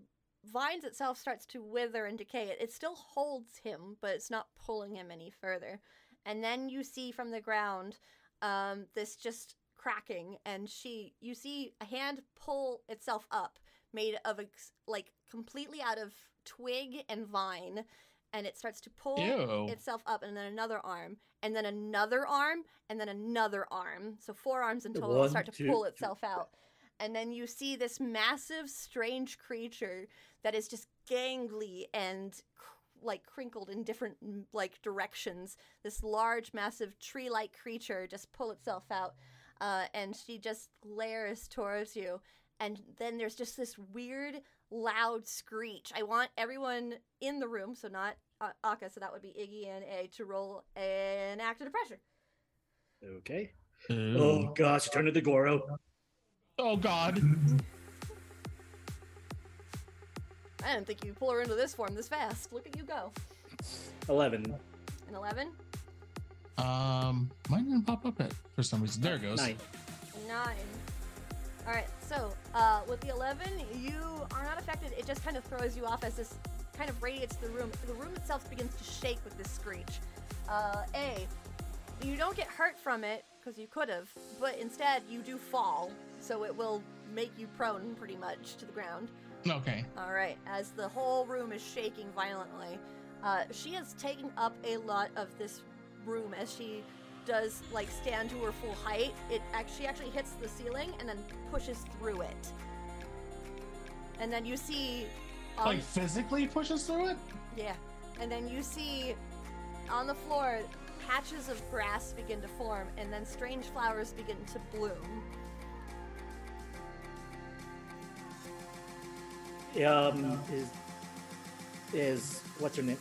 S1: vines itself starts to wither and decay. It, it still holds him, but it's not pulling him any further. And then you see from the ground um, this just cracking, and she, you see a hand pull itself up, made of ex- like completely out of twig and vine, and it starts to pull
S3: Ew.
S1: itself up and then another arm and then another arm and then another arm so four arms in
S2: The
S1: total
S2: one,
S1: start to
S2: two,
S1: pull
S2: three.
S1: itself out and then you see this massive strange creature that is just gangly and cr- like crinkled in different mm, like directions this large massive tree-like creature just pull itself out uh, and she just lairs towards you and then there's just this weird loud screech. I want everyone in the room, so not uh, Akka, so that would be Iggy and A, to roll an act of pressure.
S2: Okay. Oh
S3: Ooh.
S2: gosh, turn into Goro.
S3: Oh god.
S1: I didn't think you'd pull her into this form this fast. Look at you go.
S2: Eleven.
S1: An 11?
S3: Um, mine didn't pop up yet for some reason. There it goes.
S2: Nine.
S1: 9. Alright, so uh, with the 11, you are not affected. It just kind of throws you off as this kind of radiates the room. The room itself begins to shake with this screech. Uh, A, you don't get hurt from it, because you could have, but instead you do fall, so it will make you prone pretty much to the ground.
S3: Okay.
S1: All right, as the whole room is shaking violently, uh, she is taking up a lot of this room as she does like stand to her full height. It actually she actually hits the ceiling and then pushes through it. And then you see, um,
S3: like physically pushes through it.
S1: yeah, and then you see on the floor patches of grass begin to form, and then strange flowers begin to bloom.
S2: Um, is is what's her name?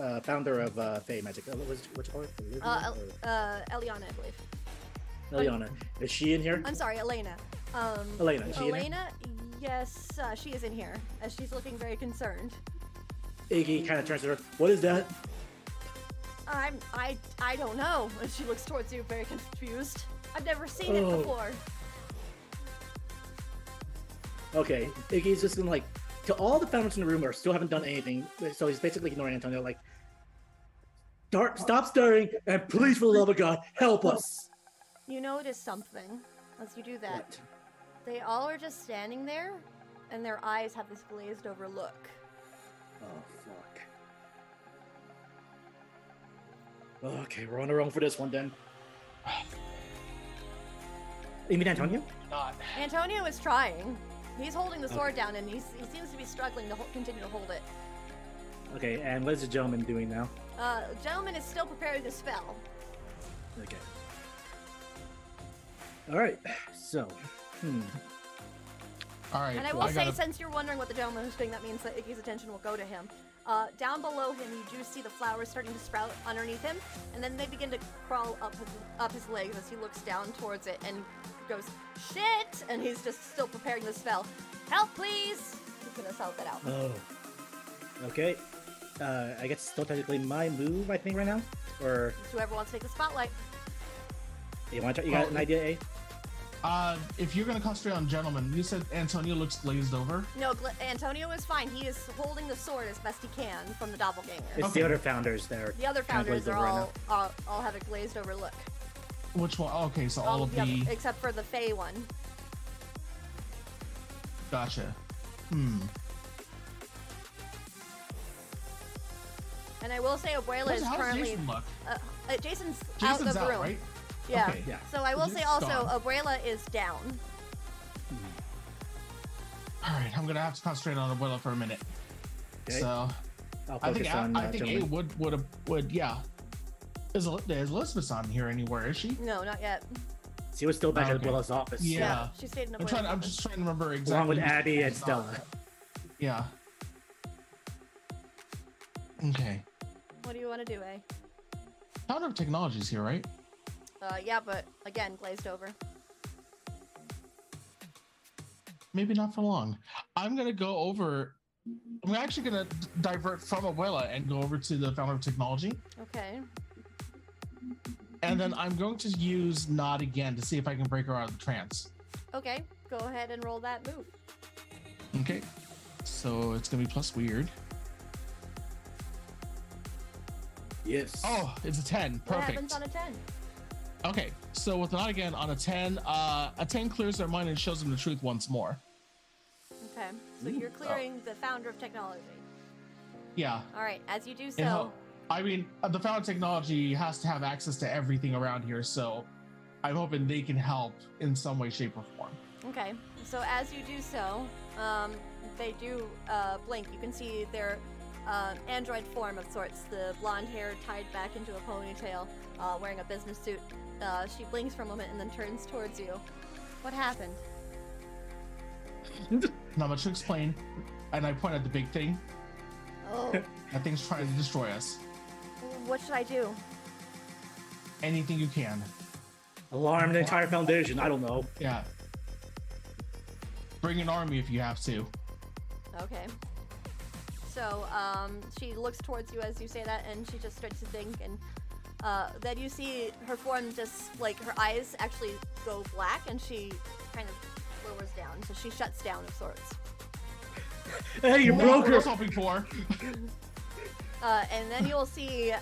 S2: Uh, founder of uh, Fey Magic. Uh, what was what's her name?
S1: Uh, El- uh, Eliana, I believe.
S2: Eliana. Is she in here?
S1: I'm sorry, Elena. Um,
S2: Elena. Is she in here?
S1: Elena, yes, uh, she is in here, as she's looking very concerned.
S2: Iggy kind of turns to her. What is that?
S1: I'm I I don't know. And she looks towards you, very confused. I've never seen
S2: Oh.
S1: it before.
S2: Okay, Iggy's just gonna like to all the founders in the room are still haven't done anything, so he's basically ignoring Antonio. Like, start, stop stirring, and please, for the love of God, help us.
S1: You notice something as you do that.
S2: What?
S1: They all are just standing there, and their eyes have this glazed over look.
S2: Oh fuck. Okay, we're on our own for this one then. You mean Antonio?
S3: Not.
S1: Antonio is trying. He's holding the sword down, and he's, he seems to be struggling to ho- continue to hold it.
S2: Okay, and what is the gentleman doing now?
S1: Uh, gentleman is still preparing the spell.
S2: Okay. All right. So, hmm.
S3: All right.
S1: And I will
S3: well,
S1: say,
S3: gotta-
S1: since you're wondering what the gentleman is doing, that means that Iggy's attention will go to him. Uh, down below him, you do see the flowers starting to sprout underneath him, and then they begin to crawl up his, up his legs as he looks down towards it and goes, "Shit!" And he's just still preparing the spell. Help, please! He's gonna shout that out.
S2: Oh. Okay. Uh, I guess it's still technically my move, I think, right now. Or
S1: It's whoever wants to take the spotlight.
S2: you want to? You got an
S3: Oh.
S2: idea, eh?
S3: Uh, if you're gonna concentrate on gentlemen, you said Antonio looks glazed over.
S1: No, Gl- Antonio is fine. He is holding the sword as best he can from the doppelganger.
S2: It's
S3: Okay.
S2: the other founders there.
S1: the other
S2: kinda
S1: founders
S2: glazed
S1: are
S2: over right
S1: all, all all have a glazed over look.
S3: Which one? Okay, so
S1: Um,
S3: all, of the.
S1: other, except for the Fey one.
S3: Gotcha. Hmm.
S1: And I will say, Abuela
S3: How's,
S1: is
S3: how's
S1: currently.
S3: Jason look?
S1: Uh, uh, Jason's, out
S3: Jason's
S1: the
S3: out,
S1: room.
S3: right?
S1: Yeah.
S3: Okay.
S2: Yeah.
S1: So I will say
S3: Jason's
S1: also,
S3: gone.
S1: Abuela is down.
S3: All right, I'm gonna have to concentrate on Abuela for a minute.
S2: Okay.
S3: So
S2: I'll
S3: I think
S2: focus on,
S3: I,
S2: uh,
S3: I think A
S2: gentlemen.
S3: would would would yeah. Is, El- is Elizabeth on here anywhere? Is she?
S1: No, not yet.
S2: She was still back at
S3: Okay.
S2: Willa's office.
S3: Yeah.
S1: she stayed in
S3: I'm
S1: Abuela's
S3: trying. I'm
S1: office.
S3: just trying to remember exactly.
S2: Along with
S3: who's-
S2: Abby and
S3: who's
S2: Stella.
S3: on. Yeah. Okay.
S1: What do you want to do, A?
S3: Founder of Technologies here, right?
S1: Uh, yeah, but again, glazed over.
S3: Maybe not for long. I'm gonna go over. I'm actually gonna d- divert from Abuela and go over to the founder of technology,
S1: Okay.
S3: and
S2: Mm-hmm.
S3: then I'm going to use Nod again to see if I can break her out of the trance.
S1: Okay. Go ahead and roll that move.
S3: Okay. So it's gonna be plus weird.
S2: Yes.
S3: Oh, it's a ten.
S1: What
S3: Perfect.
S1: happens on a 10?
S3: Okay, so with not again on a ten, uh, a ten clears their mind and shows them the truth once more.
S1: Okay. So you're clearing the founder of technology.
S3: Yeah,
S1: All right. As you do so,
S3: it hel- I mean, uh, the founder of technology has to have access to everything around here, so I'm hoping they can help in some way, shape, or form.
S1: Okay, so as you do so, um, they do uh, blink. You can see their uh, android form of sorts, the blonde hair tied back into a ponytail, uh, wearing a business suit. Uh, she blinks for a moment and then turns towards you. What happened?
S3: Not much to explain, and I point at the big thing.
S1: Oh,
S3: That thing's trying to destroy us.
S1: what should I do?
S3: Anything you can.
S2: Alarm the entire foundation. I don't know.
S3: Yeah. Bring an army if you have to.
S1: Okay. So um, she looks towards you as you say that, and she just starts to think, and uh, then you see her form just like her eyes actually go black, and she kind of lowers down, so she shuts down of sorts.
S2: Hey, you
S3: What
S2: broke
S3: I was
S2: her.
S3: hoping for.
S1: Uh, and then you'll see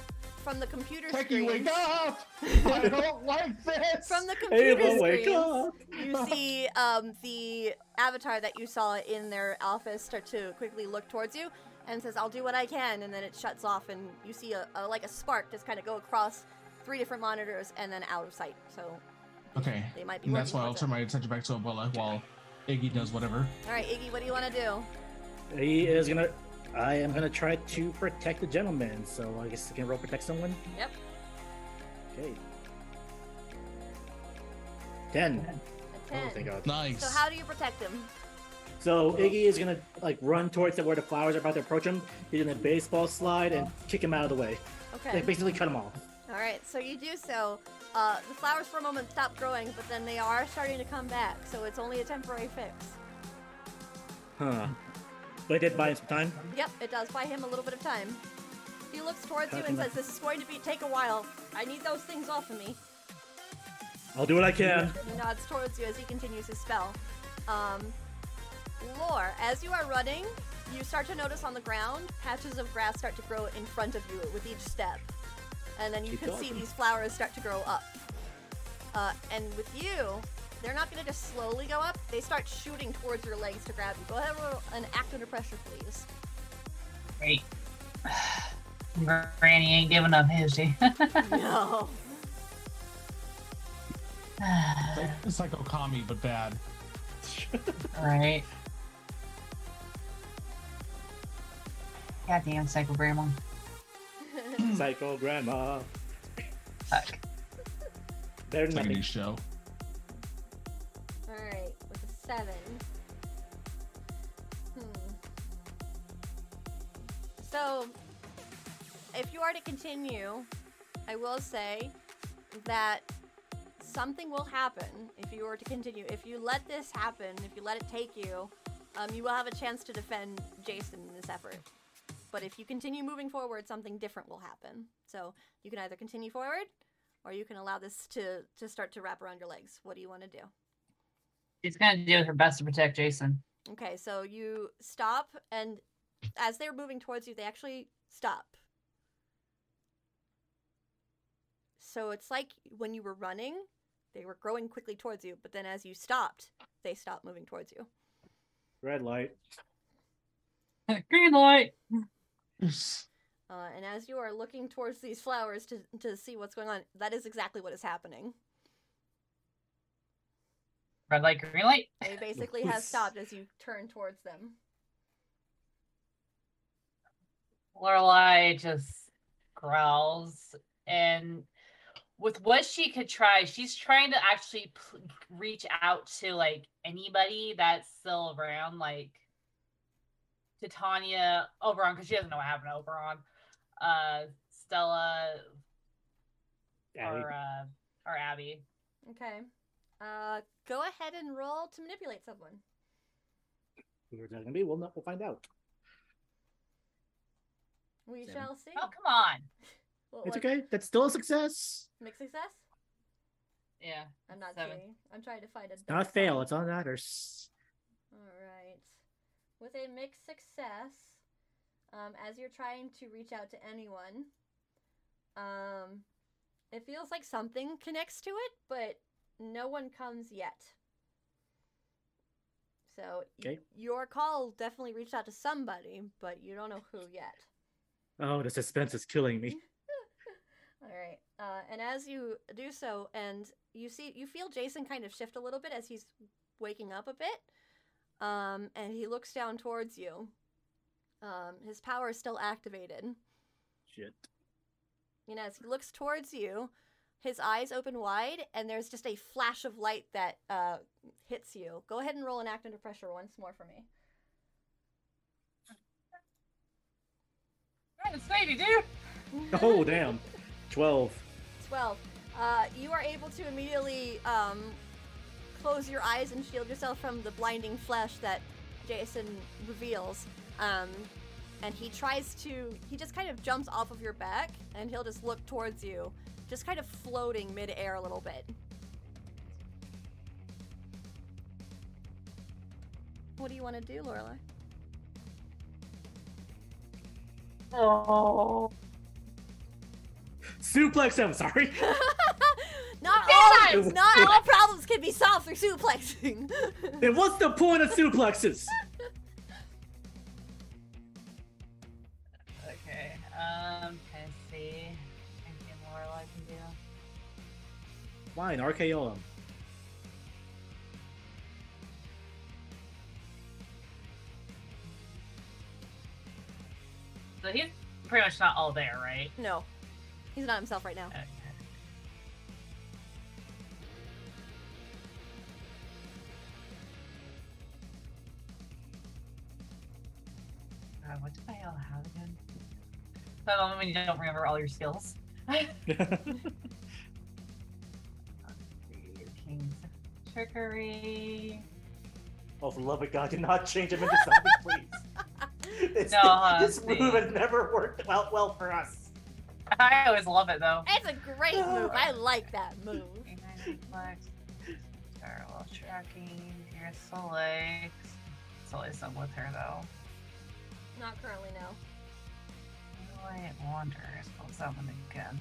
S1: from the computer
S3: Techie,
S1: screen.
S3: wake up! I don't like this.
S1: From the
S2: Hey,
S1: computer
S2: well, wake
S1: screen,
S2: up.
S1: you see um, the avatar that you saw in their office start to quickly look towards you and says, "I'll do what I can," and then it shuts off, and you see a, a like a spark just kind of go across three different monitors and then out of sight. So
S3: Okay.
S1: They might be
S3: And that's why
S1: working
S3: I'll
S1: towards
S3: turn
S1: it.
S3: my attention back to Abuela while Iggy does whatever.
S1: All right, Iggy, what do you want to do?
S2: He is gonna. I am gonna try to protect the gentleman. So I guess I can roll protect someone.
S4: Yep.
S2: Okay. Ten.
S1: A
S2: Oh,
S1: ten.
S2: thank God.
S3: Nice.
S1: so how do you protect him?
S2: So Iggy is gonna like run towards where the flowers are about to approach him. He's gonna baseball slide and kick him out of the way.
S1: Okay.
S2: Like basically cut him off.
S1: All right, so you do so. Uh, the flowers for a moment stop growing, but then they are starting to come back. So it's only a temporary fix.
S2: Huh. But it did buy him some time.
S1: Yep, it does buy him a little bit of time. She looks towards you and says, "This is going to be take a while. I need those things off of me."
S2: I'll do what I can.
S1: He nods towards you as he continues his spell. Um, Lore, as you are running, you start to notice on the ground patches of grass start to grow in front of you with each step, and then you
S2: Keep
S1: can see
S2: going.
S1: these flowers start to grow up. Uh, and with you, they're not going to just slowly go up; they start shooting towards your legs to grab you. Go ahead and roll an act under pressure, please.
S4: Great. Granny ain't giving up, is she?
S1: no.
S3: It's like Okami, but bad.
S4: Right. Goddamn psycho grandma.
S2: Psycho grandma.
S4: Fuck.
S2: Better
S3: It's
S2: than
S3: like a new
S2: nothing.
S3: show.
S1: All right, with a seven. Hmm. So, if you are to continue, I will say that something will happen if you were to continue. If you let this happen, if you let it take you, um, you will have a chance to defend Jason in this effort. But if you continue moving forward, something different will happen. So you can either continue forward, or you can allow this to to start to wrap around your legs. What do you want to do?
S4: She's gonna do her best to protect Jason.
S1: Okay, so you stop, and as they're moving towards you, they actually stop. So it's like when you were running, they were growing quickly towards you, but then as you stopped, they stopped moving towards you.
S2: Red light.
S4: Green light.
S1: Uh, and as you are looking towards these flowers to, to see what's going on, that is exactly what is happening.
S4: Red light, green light.
S1: They basically have stopped as you turn towards them.
S4: Lorelai just growls and with what she could try, she's trying to actually p- reach out to like anybody that's still around, like to Tanya, Oberon, because she doesn't know what happened to Oberon, uh, Stella,
S2: Abby.
S4: or uh, or Abby.
S1: Okay. Uh, go ahead and roll to manipulate someone.
S2: Who it's gonna be? We'll know. We'll find out.
S1: We
S2: Seven.
S1: shall see.
S4: Oh, come on.
S1: What
S2: It's
S1: was-
S2: okay. That's still a success.
S1: Mixed success?
S4: Yeah.
S1: I'm not
S4: Seven.
S1: seeing. I'm trying to find a better
S2: Not fail.
S1: one.
S2: It's all that matters.
S1: All right. With a mixed success, um, as you're trying to reach out to anyone, um, it feels like something connects to it, but no one comes yet. So y-
S2: Okay.
S1: your call definitely reached out to somebody, but you don't know who yet.
S2: Oh, the suspense is killing me.
S1: All right. Uh, and as you do so, and you see, you feel Jason kind of shift a little bit as he's waking up a bit, um, and he looks down towards you. Um, his power is still activated,
S2: Shit.
S1: and as he looks towards you, his eyes open wide, and there's just a flash of light that uh, hits you. Go ahead and roll an act under pressure once more for me.
S4: That's lady, dude.
S2: Oh damn. Twelve.
S1: 12. Uh, you are able to immediately um, close your eyes and shield yourself from the blinding flash that Jason reveals. Um, and he tries to, he just kind of jumps off of your back and he'll just look towards you, just kind of floating midair a little bit. What do you want to do, Lorelai?
S4: Oh.
S2: Suplex him. Sorry.
S1: not
S4: Yes!
S1: all, not all problems can be solved through suplexing.
S2: then what's the point of suplexes?
S4: Okay. Um, can I see anything more I can do?
S2: Fine. RKO him.
S4: So he's pretty much not all there, right?
S1: no, he's not himself right now.
S4: Okay. God, Uh, what did I all have again? That moment when you don't remember all your skills. Kings of trickery.
S2: oh, for the love of God, do not change him into something, please. It's,
S4: No, huh?
S2: this move has never worked out well for us.
S4: I always love it though.
S1: It's a great move. I like that move.
S4: Terrible tracking. Here's Soleil. Soleil's not with her though.
S1: Not currently, no.
S4: Moonlight Wanderers pulls that one again.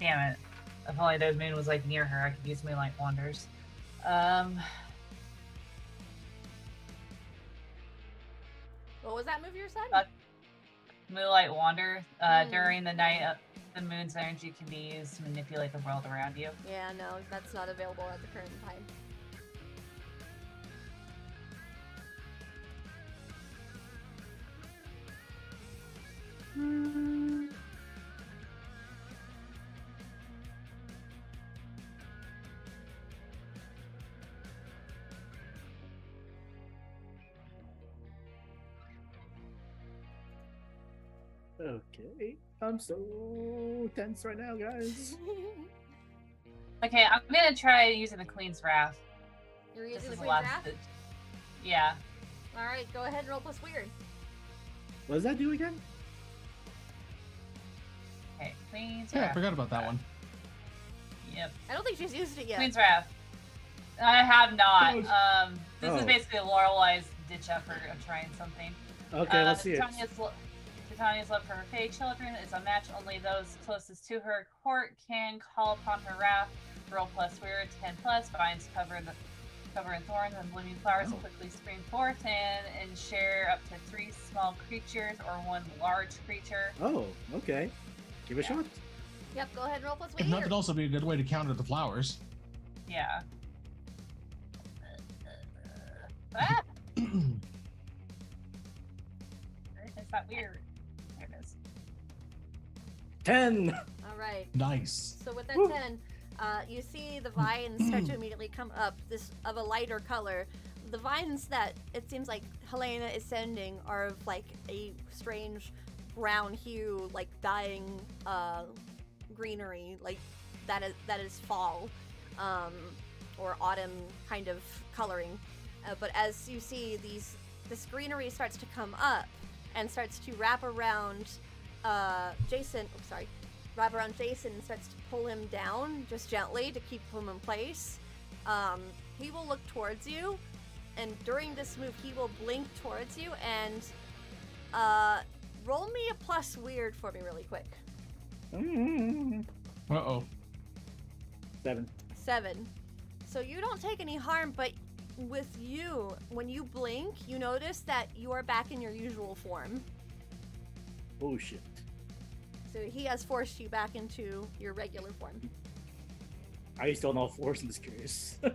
S4: Damn it. If only the moon was like near her, I could use Moonlight Wanders. Um,
S1: What was that move you were saying?
S4: Uh, Moonlight Wander. Uh,
S1: Hmm.
S4: During the night, uh, the moon's energy can be used to manipulate the world around you.
S1: yeah, no, that's not available at the current time.
S2: Okay. I'm so tense right now, guys.
S4: Okay, I'm gonna try using the Queen's Wrath.
S1: You're
S4: This
S1: using the
S4: is
S1: Queen's
S4: last
S1: Wrath?
S4: ditch- Yeah.
S1: Alright, go ahead and roll plus weird.
S2: What does that do again?
S4: Okay, Queen's
S3: Yeah, I
S4: Wrath.
S3: forgot about that one.
S4: Yep.
S1: I don't think she's used it yet.
S4: Queen's Wrath. I have not.
S2: Oh, sh-
S4: Um, this
S2: Oh.
S4: is basically Lorelei's ditch effort of trying something.
S2: Okay,
S4: uh,
S2: let's see it.
S4: Titania's, lo- Titania's love for her fey children is unmatched. Only those closest to her court can call upon her wrath. Roll plus weird, 10 plus, vines cover the cover in thorns and blooming flowers
S2: Oh.
S4: quickly spring forth and, and share up to three small creatures or one large creature.
S2: Oh, okay. Give it a
S4: Yeah.
S2: shot.
S1: Yep, go ahead and roll plus
S3: If
S1: weird.
S3: nothing else, it'd be a good way to counter the flowers.
S4: Yeah. Ah,
S3: All
S4: it's not weird. There it is.
S2: Ten.
S1: Alright.
S3: Nice.
S1: So with that
S2: Woo.
S1: ten, uh, you see the vines start to immediately come up, this of a lighter color. The vines that it seems like Helena is sending are of like a strange brown hue, like dying uh, greenery, like that is that is fall um, or autumn kind of coloring. Uh, but as you see these, this greenery starts to come up and starts to wrap around uh, Jason. Oh, sorry, wrap around Jason and starts to pull him down just gently to keep him in place. Um, he will look towards you, and during this move, he will blink towards you and uh, roll me a plus weird for me really quick.
S2: Mm,
S3: Uh oh.
S2: Seven.
S1: Seven. So you don't take any harm, but with you, when you blink, you notice that you are back in your usual form.
S2: Oh shit.
S1: So he has forced you back into your regular form.
S2: I still know force in this curious.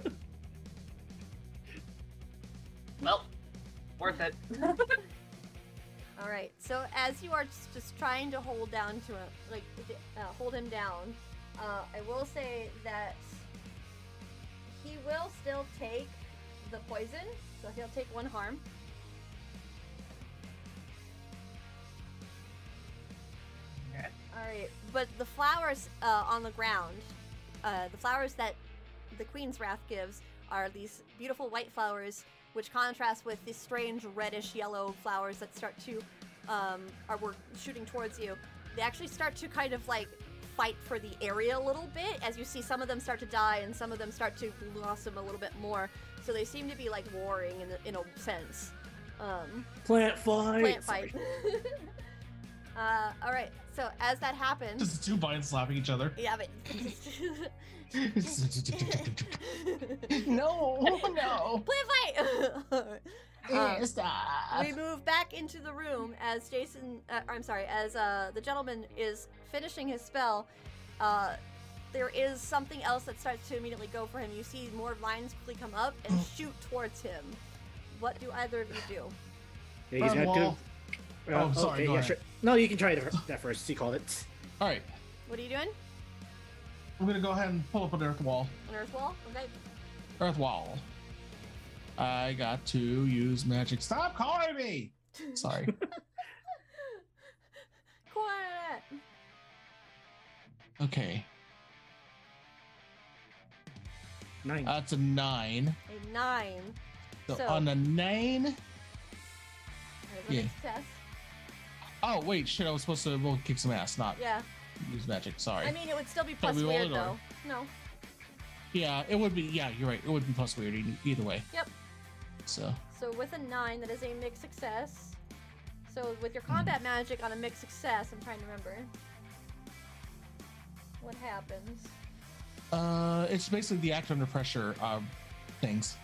S4: Well, worth it.
S1: All right. So as you are just, just trying to hold down to him, like uh, hold him down, uh, I will say that he will still take the poison. So he'll take one harm. All right, but the flowers uh, on the ground, uh, the flowers that the Queen's Wrath gives are these beautiful white flowers, which contrast with the strange reddish yellow flowers that start to um, are were shooting towards you. They actually start to kind of like fight for the area a little bit as you see some of them start to die and some of them start to blossom a little bit more. So they seem to be like warring in, a- in a sense. Um,
S2: Plant fight.
S1: plant
S2: Sorry.
S1: fight. uh, all right. So as that happens,
S3: Just two vines slapping each other.
S1: yeah, but play
S3: no, no.
S1: fight. Um,
S3: Stop.
S1: we move back into the room as Jason. Uh, I'm sorry, as uh, the gentleman is finishing his spell. Uh, there is something else that starts to immediately go for him. You see more lines quickly come up and
S3: Oh.
S1: shoot towards him. What do either of you do?
S2: Yeah, he's
S3: Burn
S2: not
S3: wall.
S2: good. Uh,
S3: Oh, sorry,
S2: okay,
S3: go
S2: yeah,
S3: ahead.
S2: sure. No, you can try it fir- that first. He called it.
S3: All right.
S1: What are you doing?
S3: I'm going to go ahead and pull up an earth wall.
S1: An earth wall? Okay.
S3: Earth wall. I got to use magic. Stop calling me. Sorry.
S1: Quiet.
S3: Okay.
S2: Nine.
S3: That's a nine.
S1: A nine.
S3: So,
S1: So-
S3: on a nine.
S1: That is a
S3: Yeah.
S1: success.
S3: Oh wait, shit! I was supposed to roll kick some ass, not
S1: Yeah.
S3: use magic. Sorry.
S1: I mean, it would still be plus
S3: we roll
S1: weird
S3: it, or-
S1: though. No.
S3: yeah, it would be. Yeah, you're right. It would be plus weird e- either way.
S1: Yep.
S3: So
S1: So with a nine, that is a mixed success. So with your combat magic on a mixed success, I'm trying to remember what happens.
S3: uh, it's basically the act under pressure uh, things.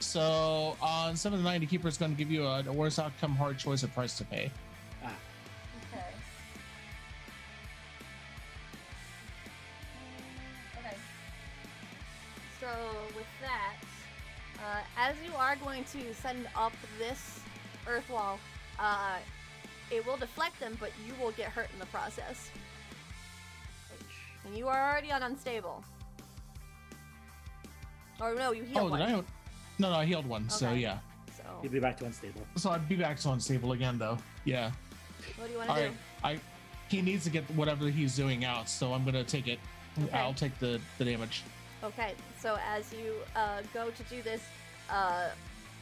S3: So on seven to nine, the keeper is going to give you a, a worse outcome, hard choice, or price to pay.
S1: Okay. Okay. So with that, uh, as you are going to send up this earth wall, uh, it will deflect them, but you will get hurt in the process. And you are already on unstable. Or no, you heal
S3: oh,
S1: one.
S3: did I? No, no, I healed one. So
S1: Okay.
S3: yeah.
S1: So
S2: You'll be back to unstable.
S3: So I'd be back to unstable again, though. Yeah.
S1: what do you want
S3: All
S1: to do?
S3: right. I he needs to get whatever he's doing out, so I'm gonna take it.
S1: Okay.
S3: I'll take the the damage.
S1: Okay, so as you uh, go to do this, uh,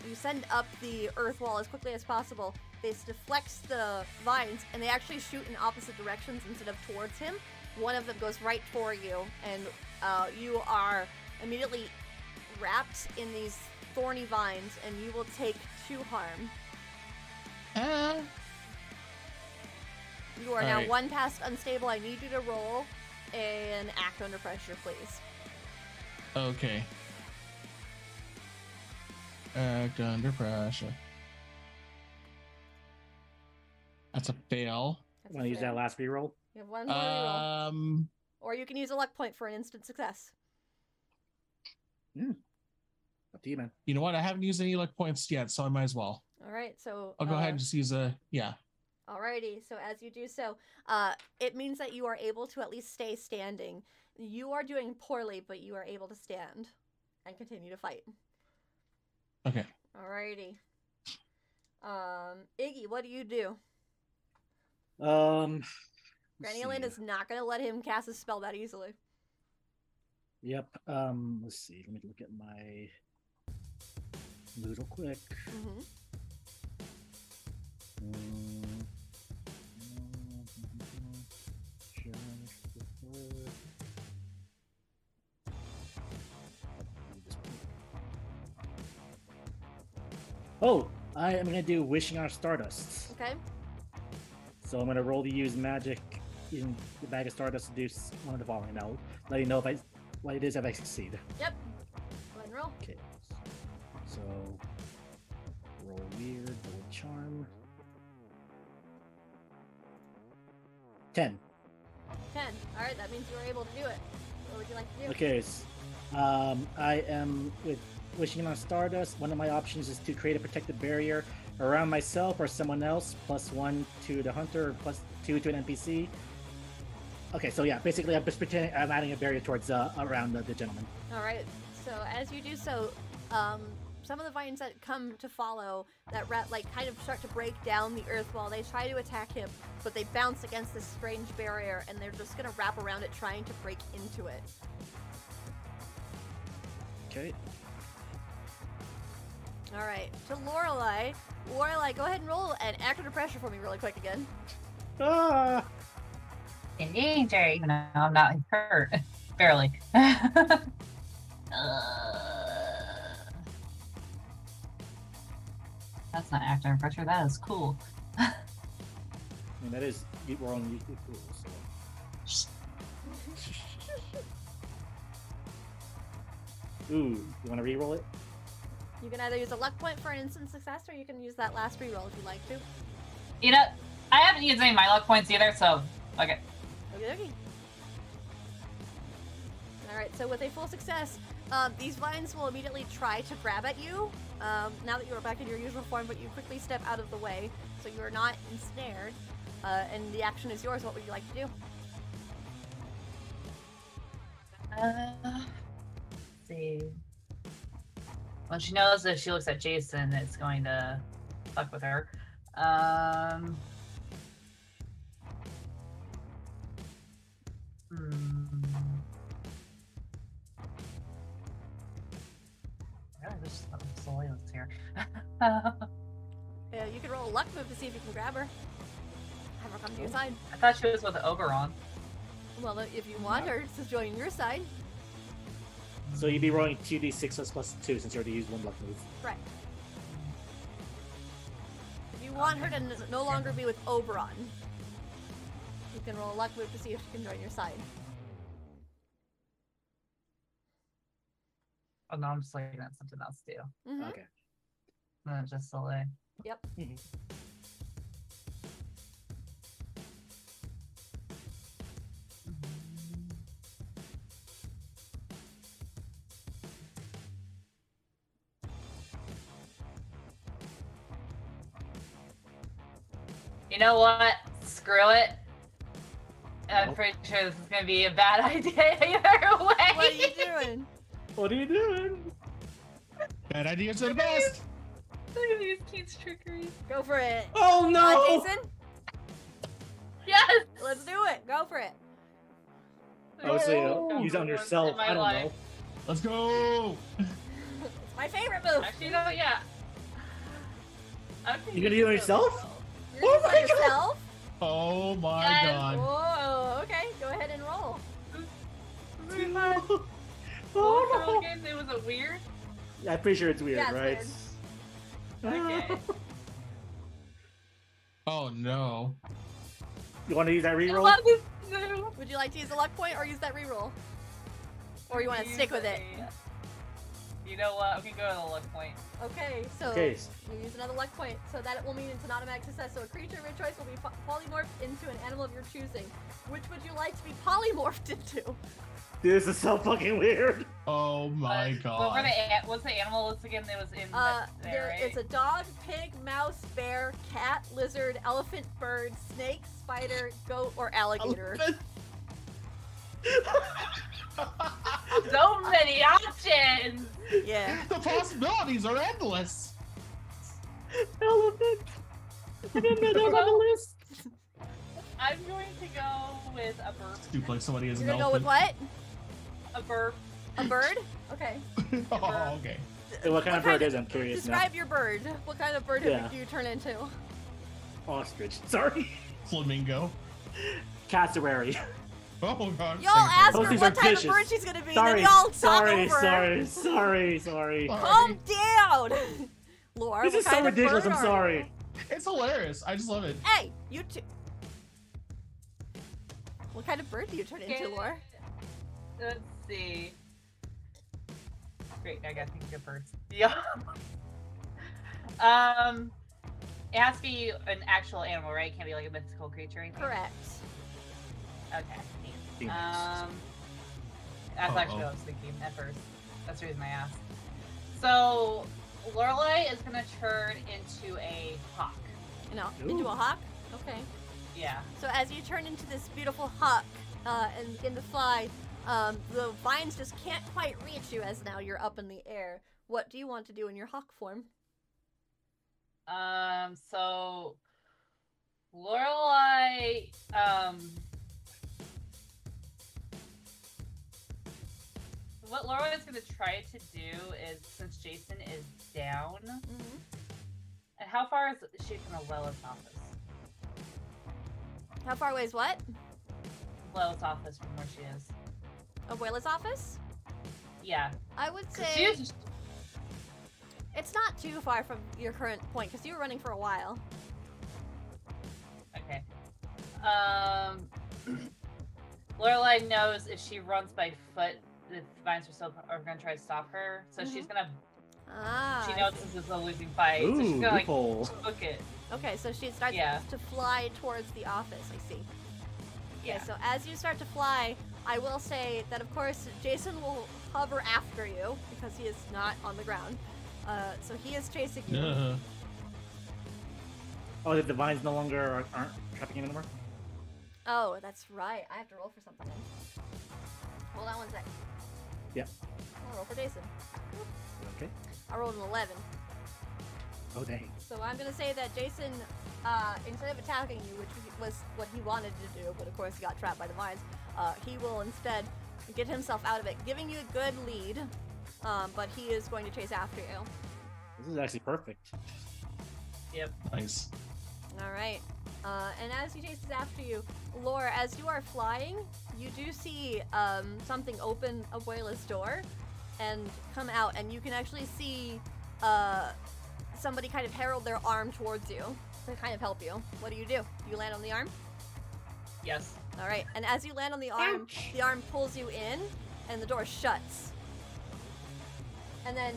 S1: you send up the earth wall as quickly as possible. This deflects the vines, and they actually shoot in opposite directions instead of towards him. One of them goes right for you, and uh, you are immediately wrapped in these thorny vines, and you will take two harm.
S3: Ah.
S1: You are
S3: All
S1: now
S3: right.
S1: one past unstable. I need you to roll and act under pressure, please.
S3: Okay. Act under pressure. That's a fail.
S1: That's
S2: Want to use
S1: fair.
S2: that last reroll?
S1: You have one more reroll.
S3: Um.
S1: Or you can use a luck point for an instant success.
S2: Up to you, man.
S3: You know what? I haven't used any luck points yet, so I might as well.
S1: All right, so
S3: I'll Oh, go
S1: uh,
S3: ahead and just use a yeah.
S1: Alrighty, so as you do so, uh, it means that you are able to at least stay standing. You are doing poorly, but you are able to stand and continue to fight.
S3: Okay.
S1: Alrighty. Um, Iggy, what do you do?
S2: Um. let's
S1: Granny Lynn
S2: see.
S1: is not gonna let him cast a spell that easily.
S2: Yep. Um. Let's see. Let me look at my mood real quick.
S1: hmm
S2: Mm. Oh, I am gonna do wishing on stardust.
S1: Okay.
S2: So I'm gonna roll to use magic in the bag of stardust to do s- one of the following. Now, let you know if I what it is if I succeed.
S1: Yep. Go ahead and roll.
S2: Okay. So roll weird, roll charm. Ten.
S1: Ten. All right, that means you are able to do it. What would you like to do?
S2: Okay. s- Um, I am with wishing on Stardust. One of my options is to create a protective barrier around myself or someone else, plus one to the hunter, plus two to an NPC. Okay, so yeah, basically I'm just pretending I'm adding a barrier towards uh, around the, the gentleman.
S1: All right. So as you do so, um, some of the vines that come to follow that rat like kind of start to break down the earth wall. They try to attack him, but they bounce against this strange barrier, and they're just gonna wrap around it, trying to break into it.
S2: Okay.
S1: All right. To Lorelai, Lorelai, go ahead and roll an act under pressure for me really quick again.
S2: Ah.
S4: in danger, even though I'm not hurt. Barely. uh, that's not actor pressure. That is cool.
S2: I mean, that is you- we're on YouTube rules. So. Ooh, you want to re-roll it?
S1: You can either use a luck point for an instant success, or you can use that last reroll if you like to.
S4: You know, I haven't used any of my luck points either, so okay.
S1: Okie dokie. All right, so with a full success, um, these vines will immediately try to grab at you. Um, now that you are back in your usual form, but you quickly step out of the way, so you are not ensnared. Uh, and the action is yours. What would you like to do?
S4: Uh, let's see. Well, she knows if she looks at Jason, it's going to fuck with her. Um. Hmm. here.
S1: Yeah, Uh, you can roll a luck move to see if you can grab her. Have her come to your side.
S4: I thought she was with Oberon.
S1: Well, uh, if you want her to join your side,
S2: So you'd be rolling 2d6 plus, plus 2 since you already used one luck move.
S1: right. If you want her to n- no longer be with Oberon, you can roll a luck move to see if she can join your side.
S4: Oh no, I'm just looking at something else too.
S1: hmm
S2: Okay.
S4: Not just Soleil.
S1: Yep.
S4: You know what? Screw it. I'm
S2: Nope.
S4: pretty sure this is gonna be a bad idea either way.
S1: What are you doing?
S2: What are you doing?
S3: Bad ideas are the best.
S4: Look at these kids trickery.
S1: Go for it.
S2: Oh
S1: Uh,
S2: no!
S1: Jason,
S4: Yes.
S1: let's do it. Go for it.
S2: Oh, so
S4: Once
S2: you
S4: in
S2: use it on yourself.
S4: my
S2: I don't
S4: life.
S2: know.
S3: Let's go.
S1: It's my favorite move.
S4: Actually, no, yeah. I'm
S2: You gonna do it yourself?
S1: You're
S2: Oh
S1: gonna
S2: my
S1: play
S2: God.
S1: yourself?
S3: Oh my
S4: Yes.
S3: god.
S1: Whoa. Okay. Go ahead and roll.
S2: Oh
S4: Oh,
S2: no!
S4: again, it was a weird.
S2: I'm pretty sure it's weird,
S1: Yeah,
S2: right?
S1: it's
S4: Okay.
S3: Oh no.
S2: You want to use that
S4: I
S2: reroll?
S4: love this zoo.
S1: Would you like to use a luck point or use that reroll? Or you want to
S4: Use
S1: stick with it?
S4: a- You know what? We can go to the luck point.
S1: Okay. So
S2: Okay. s-
S1: You use another luck point, so that it will mean it's an automatic success. So a creature of your choice will be po- polymorphed into an animal of your choosing. Which would you like to be polymorphed into?
S2: This is so fucking weird.
S3: Oh my
S4: But- What were
S3: god.
S4: the an- what's the animal list again that was in
S1: Uh,
S4: the, there,
S1: there,
S4: right?
S1: it's a dog, pig, mouse, bear, cat, lizard, elephant, bird, snake, spider, goat, or alligator.
S4: so many options.
S1: yeah.
S3: the possibilities are endless.
S2: Elephant. I didn't know that was on the list.
S4: I'm going to go with a burp.
S3: Dude, like somebody is
S1: You're
S3: an
S1: gonna go with what?
S4: A burp.
S1: A bird? Okay.
S3: elephant. oh, okay.
S2: Hey, what kind of bird
S1: What kind
S2: is? it? I'm curious now.
S1: Describe your bird. What kind of bird
S2: Yeah.
S1: do you turn into?
S2: Ostrich. Sorry.
S3: Flamingo.
S2: Cassowary.
S3: Oh god.
S1: Y'all ask
S2: Those
S1: her
S2: these
S1: what
S2: are
S1: type
S2: fishes.
S1: of bird she's gonna be, and
S2: Sorry.
S1: then y'all talk
S2: Sorry.
S1: over. her.
S2: Sorry. Sorry. Sorry.
S1: Calm down, Laura.
S2: This
S1: what
S2: is so
S1: kind of
S2: ridiculous.
S1: bird
S2: I'm
S1: are you?
S2: sorry.
S3: It's hilarious. I just love it.
S1: Hey, you two. What kind of bird do you turn into, Laura?
S4: Let's see. Great, I gotta think of birds. Yeah. um, it has to be an actual animal, right? It can't be like a mythical creature. or anything?
S1: Correct.
S4: Okay. neat.
S2: Phoenix.
S4: Um, that's
S3: Uh-oh.
S4: actually what I was thinking at first. That's the reason I asked. So, Lorelai is gonna turn into a hawk.
S1: You know, into
S2: Ooh.
S1: a hawk. Okay.
S4: Yeah.
S1: So as you turn into this beautiful hawk uh, and begin to fly, um, the vines just can't quite reach you as now you're up in the air. What do you want to do in your hawk form?
S4: Um. So, Lorelai. Um. What Lorelai is gonna try to do is, since Jason is down,
S1: Mm-hmm.
S4: and how far is she from Lilith's office?
S1: How far away is what?
S4: Lilith's office from where she is.
S1: Abuela's office?
S4: Yeah.
S1: I would
S4: 'Cause
S1: say
S4: She was
S1: it's not too far from your current point because you were running for a while.
S4: Okay. Um, Lorelai knows if she runs by foot, the vines are still are gonna try to stop her. So she's
S1: Mhm.
S4: gonna.
S1: Ah.
S4: She
S1: I
S4: knows
S1: see.
S4: this is a losing fight, so she's
S2: Ooh,
S4: gonna like
S2: loophole.
S4: book it.
S1: Okay, so she starts
S4: Yeah.
S1: to fly towards the office. I see. Okay,
S4: Yeah.
S1: so as you start to fly, I will say that of course Jason will hover after you because he is not on the ground. Uh, so he is chasing you.
S3: Uh,
S2: Oh, the vines no longer are, aren't trapping him anymore.
S1: Oh, that's right. I have to roll for something. Then. Hold on one sec.
S2: Yep.
S1: I'll roll for Jason.
S2: Okay.
S1: I rolled an eleven.
S2: Oh dang.
S1: So I'm gonna say that Jason, uh, instead of attacking you, which was what he wanted to do, but of course he got trapped by the vines, uh, he will instead get himself out of it, giving you a good lead. Um, but he is going to chase after you
S2: This is actually perfect.
S3: Nice.
S1: All right. Uh, and as he chases after you, Laura, as you are flying, you do see um, something open Abuela's door and come out, and you can actually see uh, somebody kind of herald their arm towards you to kind of help you. What do you do? You land on the arm?
S4: Yes.
S1: All right. And as you land on the arm, the arm pulls you in, and the door shuts. And then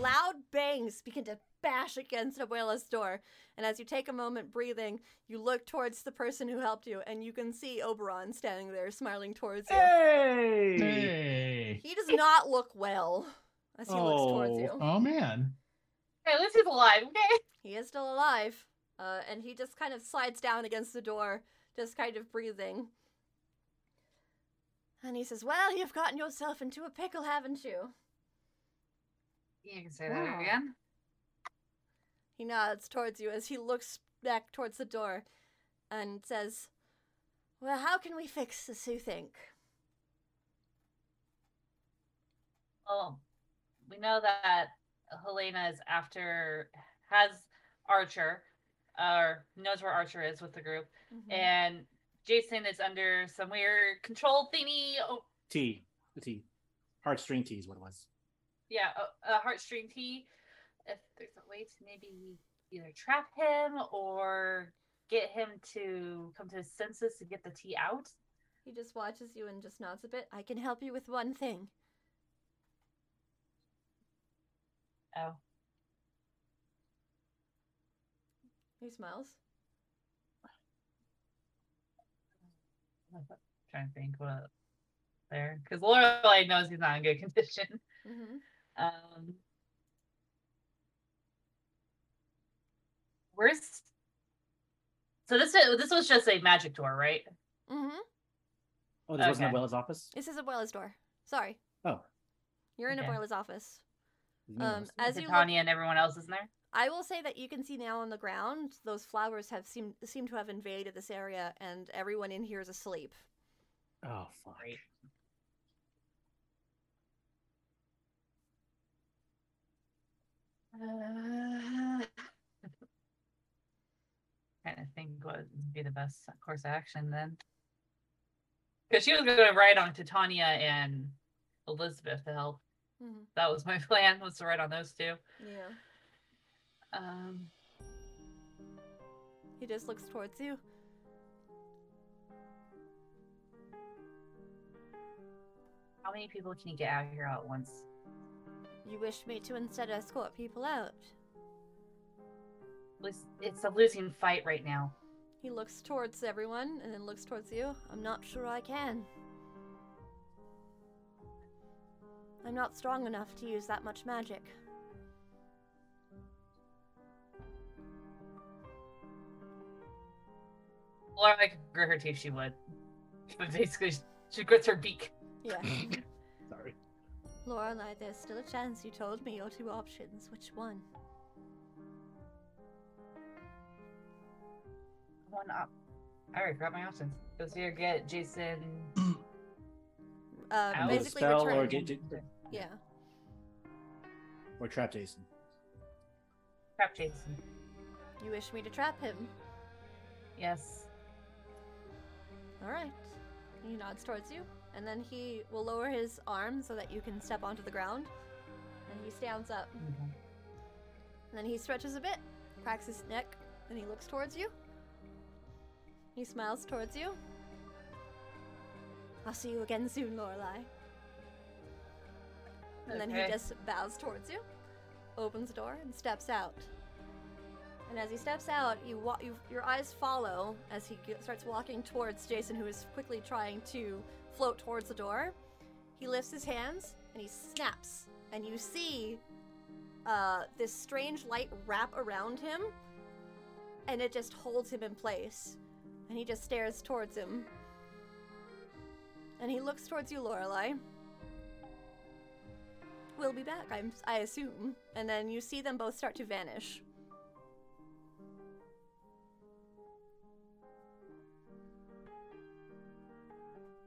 S1: loud bangs begin to bash against Abuela's door. And as you take a moment breathing, you look towards the person who helped you, and you can see Oberon standing there smiling towards you.
S2: Eh. Hey!
S3: Hey.
S1: He does not look well as he looks towards
S2: Oh.
S1: you.
S3: Oh man.
S4: Hey, at least he's alive, okay?
S1: He is still alive, uh, and he just kind of slides down against the door, just kind of breathing. And he says, Well, you've gotten yourself into a pickle, haven't you?
S4: You can say
S1: that
S4: that
S1: Wow.
S4: again.
S1: He nods towards you as he looks back towards the door and says, Well, how can we fix this, you think?
S4: Well, we know that Helena is after has Archer, or knows where Archer is with the group,
S1: Mm-hmm.
S4: and Jason is under some weird control thingy. Oh,
S2: T. The T. Heartstring T is what it was.
S4: yeah, a, a heartstring T. If there's a way to maybe either trap him or get him to come to his senses to get the T out.
S1: He just watches you and just nods a bit. I can help you with one thing.
S4: Oh,
S1: He smiles.
S4: I'm trying to think what there because Lorelai knows he's not in good condition.
S1: Mm-hmm.
S4: Um, where's so this wa- this was just a magic door, right?
S1: Mm-hmm.
S2: Oh, this wasn't
S4: Okay.
S2: Abuela's office?
S1: This is Abuela's door. Sorry.
S2: Oh.
S1: You're in
S4: Okay.
S1: Abuela's office.
S2: No,
S1: Um,
S2: it's-
S1: as
S4: With
S1: you look,
S4: Tanya and everyone else is in there.
S1: I will say that you can see now on the ground those flowers have seem seem to have invaded this area, and everyone in here is asleep.
S2: oh, fuck.
S4: Great. Uh, trying to think what would be the best course of action then. Because she was going to ride on to Tanya and Elizabeth to help.
S1: Mm-hmm.
S4: That was my plan, was to ride on those two.
S1: Yeah.
S4: Um,
S1: He just looks towards you.
S4: how many people can you get out here at once?
S1: You wish me to instead escort people out.
S4: Lis- It's a losing fight right now.
S1: He looks towards everyone and then looks towards you. I'm not sure I can. I'm not strong enough to use that much magic.
S4: Laura could grit her teeth, she would. But basically, she grits her beak.
S1: Yeah.
S2: Sorry.
S1: Lorelai, there's still a chance you told me your two options. Which one?
S4: One up. I regret my options. It was either get Jason.
S1: Uh,
S4: Out.
S2: With a
S1: basically,
S2: spell
S1: return.
S2: or get, get,
S1: Yeah.
S2: or trap Jason.
S4: Crap, Jason.
S1: You wish me to trap him.
S4: Yes.
S1: All right. He nods towards you, and then he will lower his arm so that you can step onto the ground. And he stands up.
S4: Mhm.
S1: And then he stretches a bit, cracks his neck, and he looks towards you. He smiles towards you. I'll see you again soon, Lorelai. And then he
S4: Okay.
S1: just bows towards you, opens the door, and steps out. And as he steps out, you, wa- you your eyes follow as he g- starts walking towards Jason, who is quickly trying to float towards the door. He lifts his hands and he snaps, and you see uh, this strange light wrap around him, and it just holds him in place. And he just stares towards him, and he looks towards you, Lorelai will be back, I'm, I assume. And then you see them both start to vanish.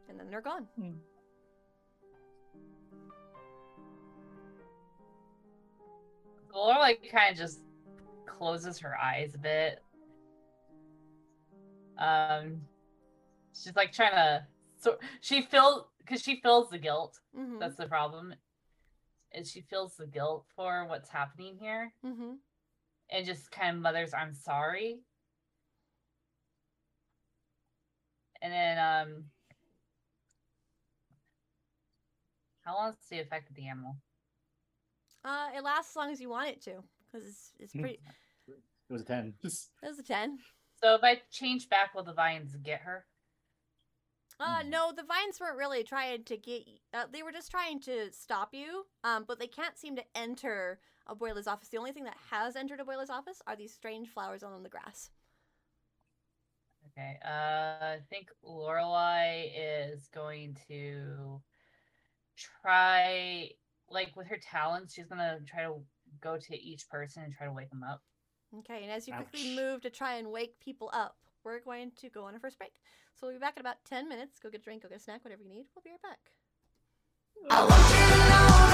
S1: And then they're gone.
S4: Well, Laura like kind of just closes her eyes a bit. Um, she's like trying to. So she feels because she feels the guilt.
S1: Mm-hmm.
S4: That's the problem. Is she feels the guilt for what's happening here,
S1: mm-hmm.
S4: and just kind of mothers, "I'm sorry." And then, um, how long does the effect of the animal?
S1: Uh, it lasts as long as you want it to, because it's it's
S2: Hmm.
S1: pretty.
S2: It was a 10. Just,
S1: That was a ten.
S4: So if I change back, will the vines get her?
S1: Uh,
S2: Hmm.
S1: no, the vines weren't really trying to get. y- Uh, they were just trying to stop you. Um, but they can't seem to enter Abuela's office. The only thing that has entered Abuela's office are these strange flowers on the grass.
S4: Okay. Uh, I think Lorelai is going to try, like with her talents, she's gonna try to go to each person and try to wake them up.
S1: Okay, and as you quickly
S2: Ouch.
S1: move to try and wake people up, we're going to go on a first break. So we'll be back in about ten minutes. Go get a drink, go get a snack, whatever you need. We'll be right back.
S5: I want you to know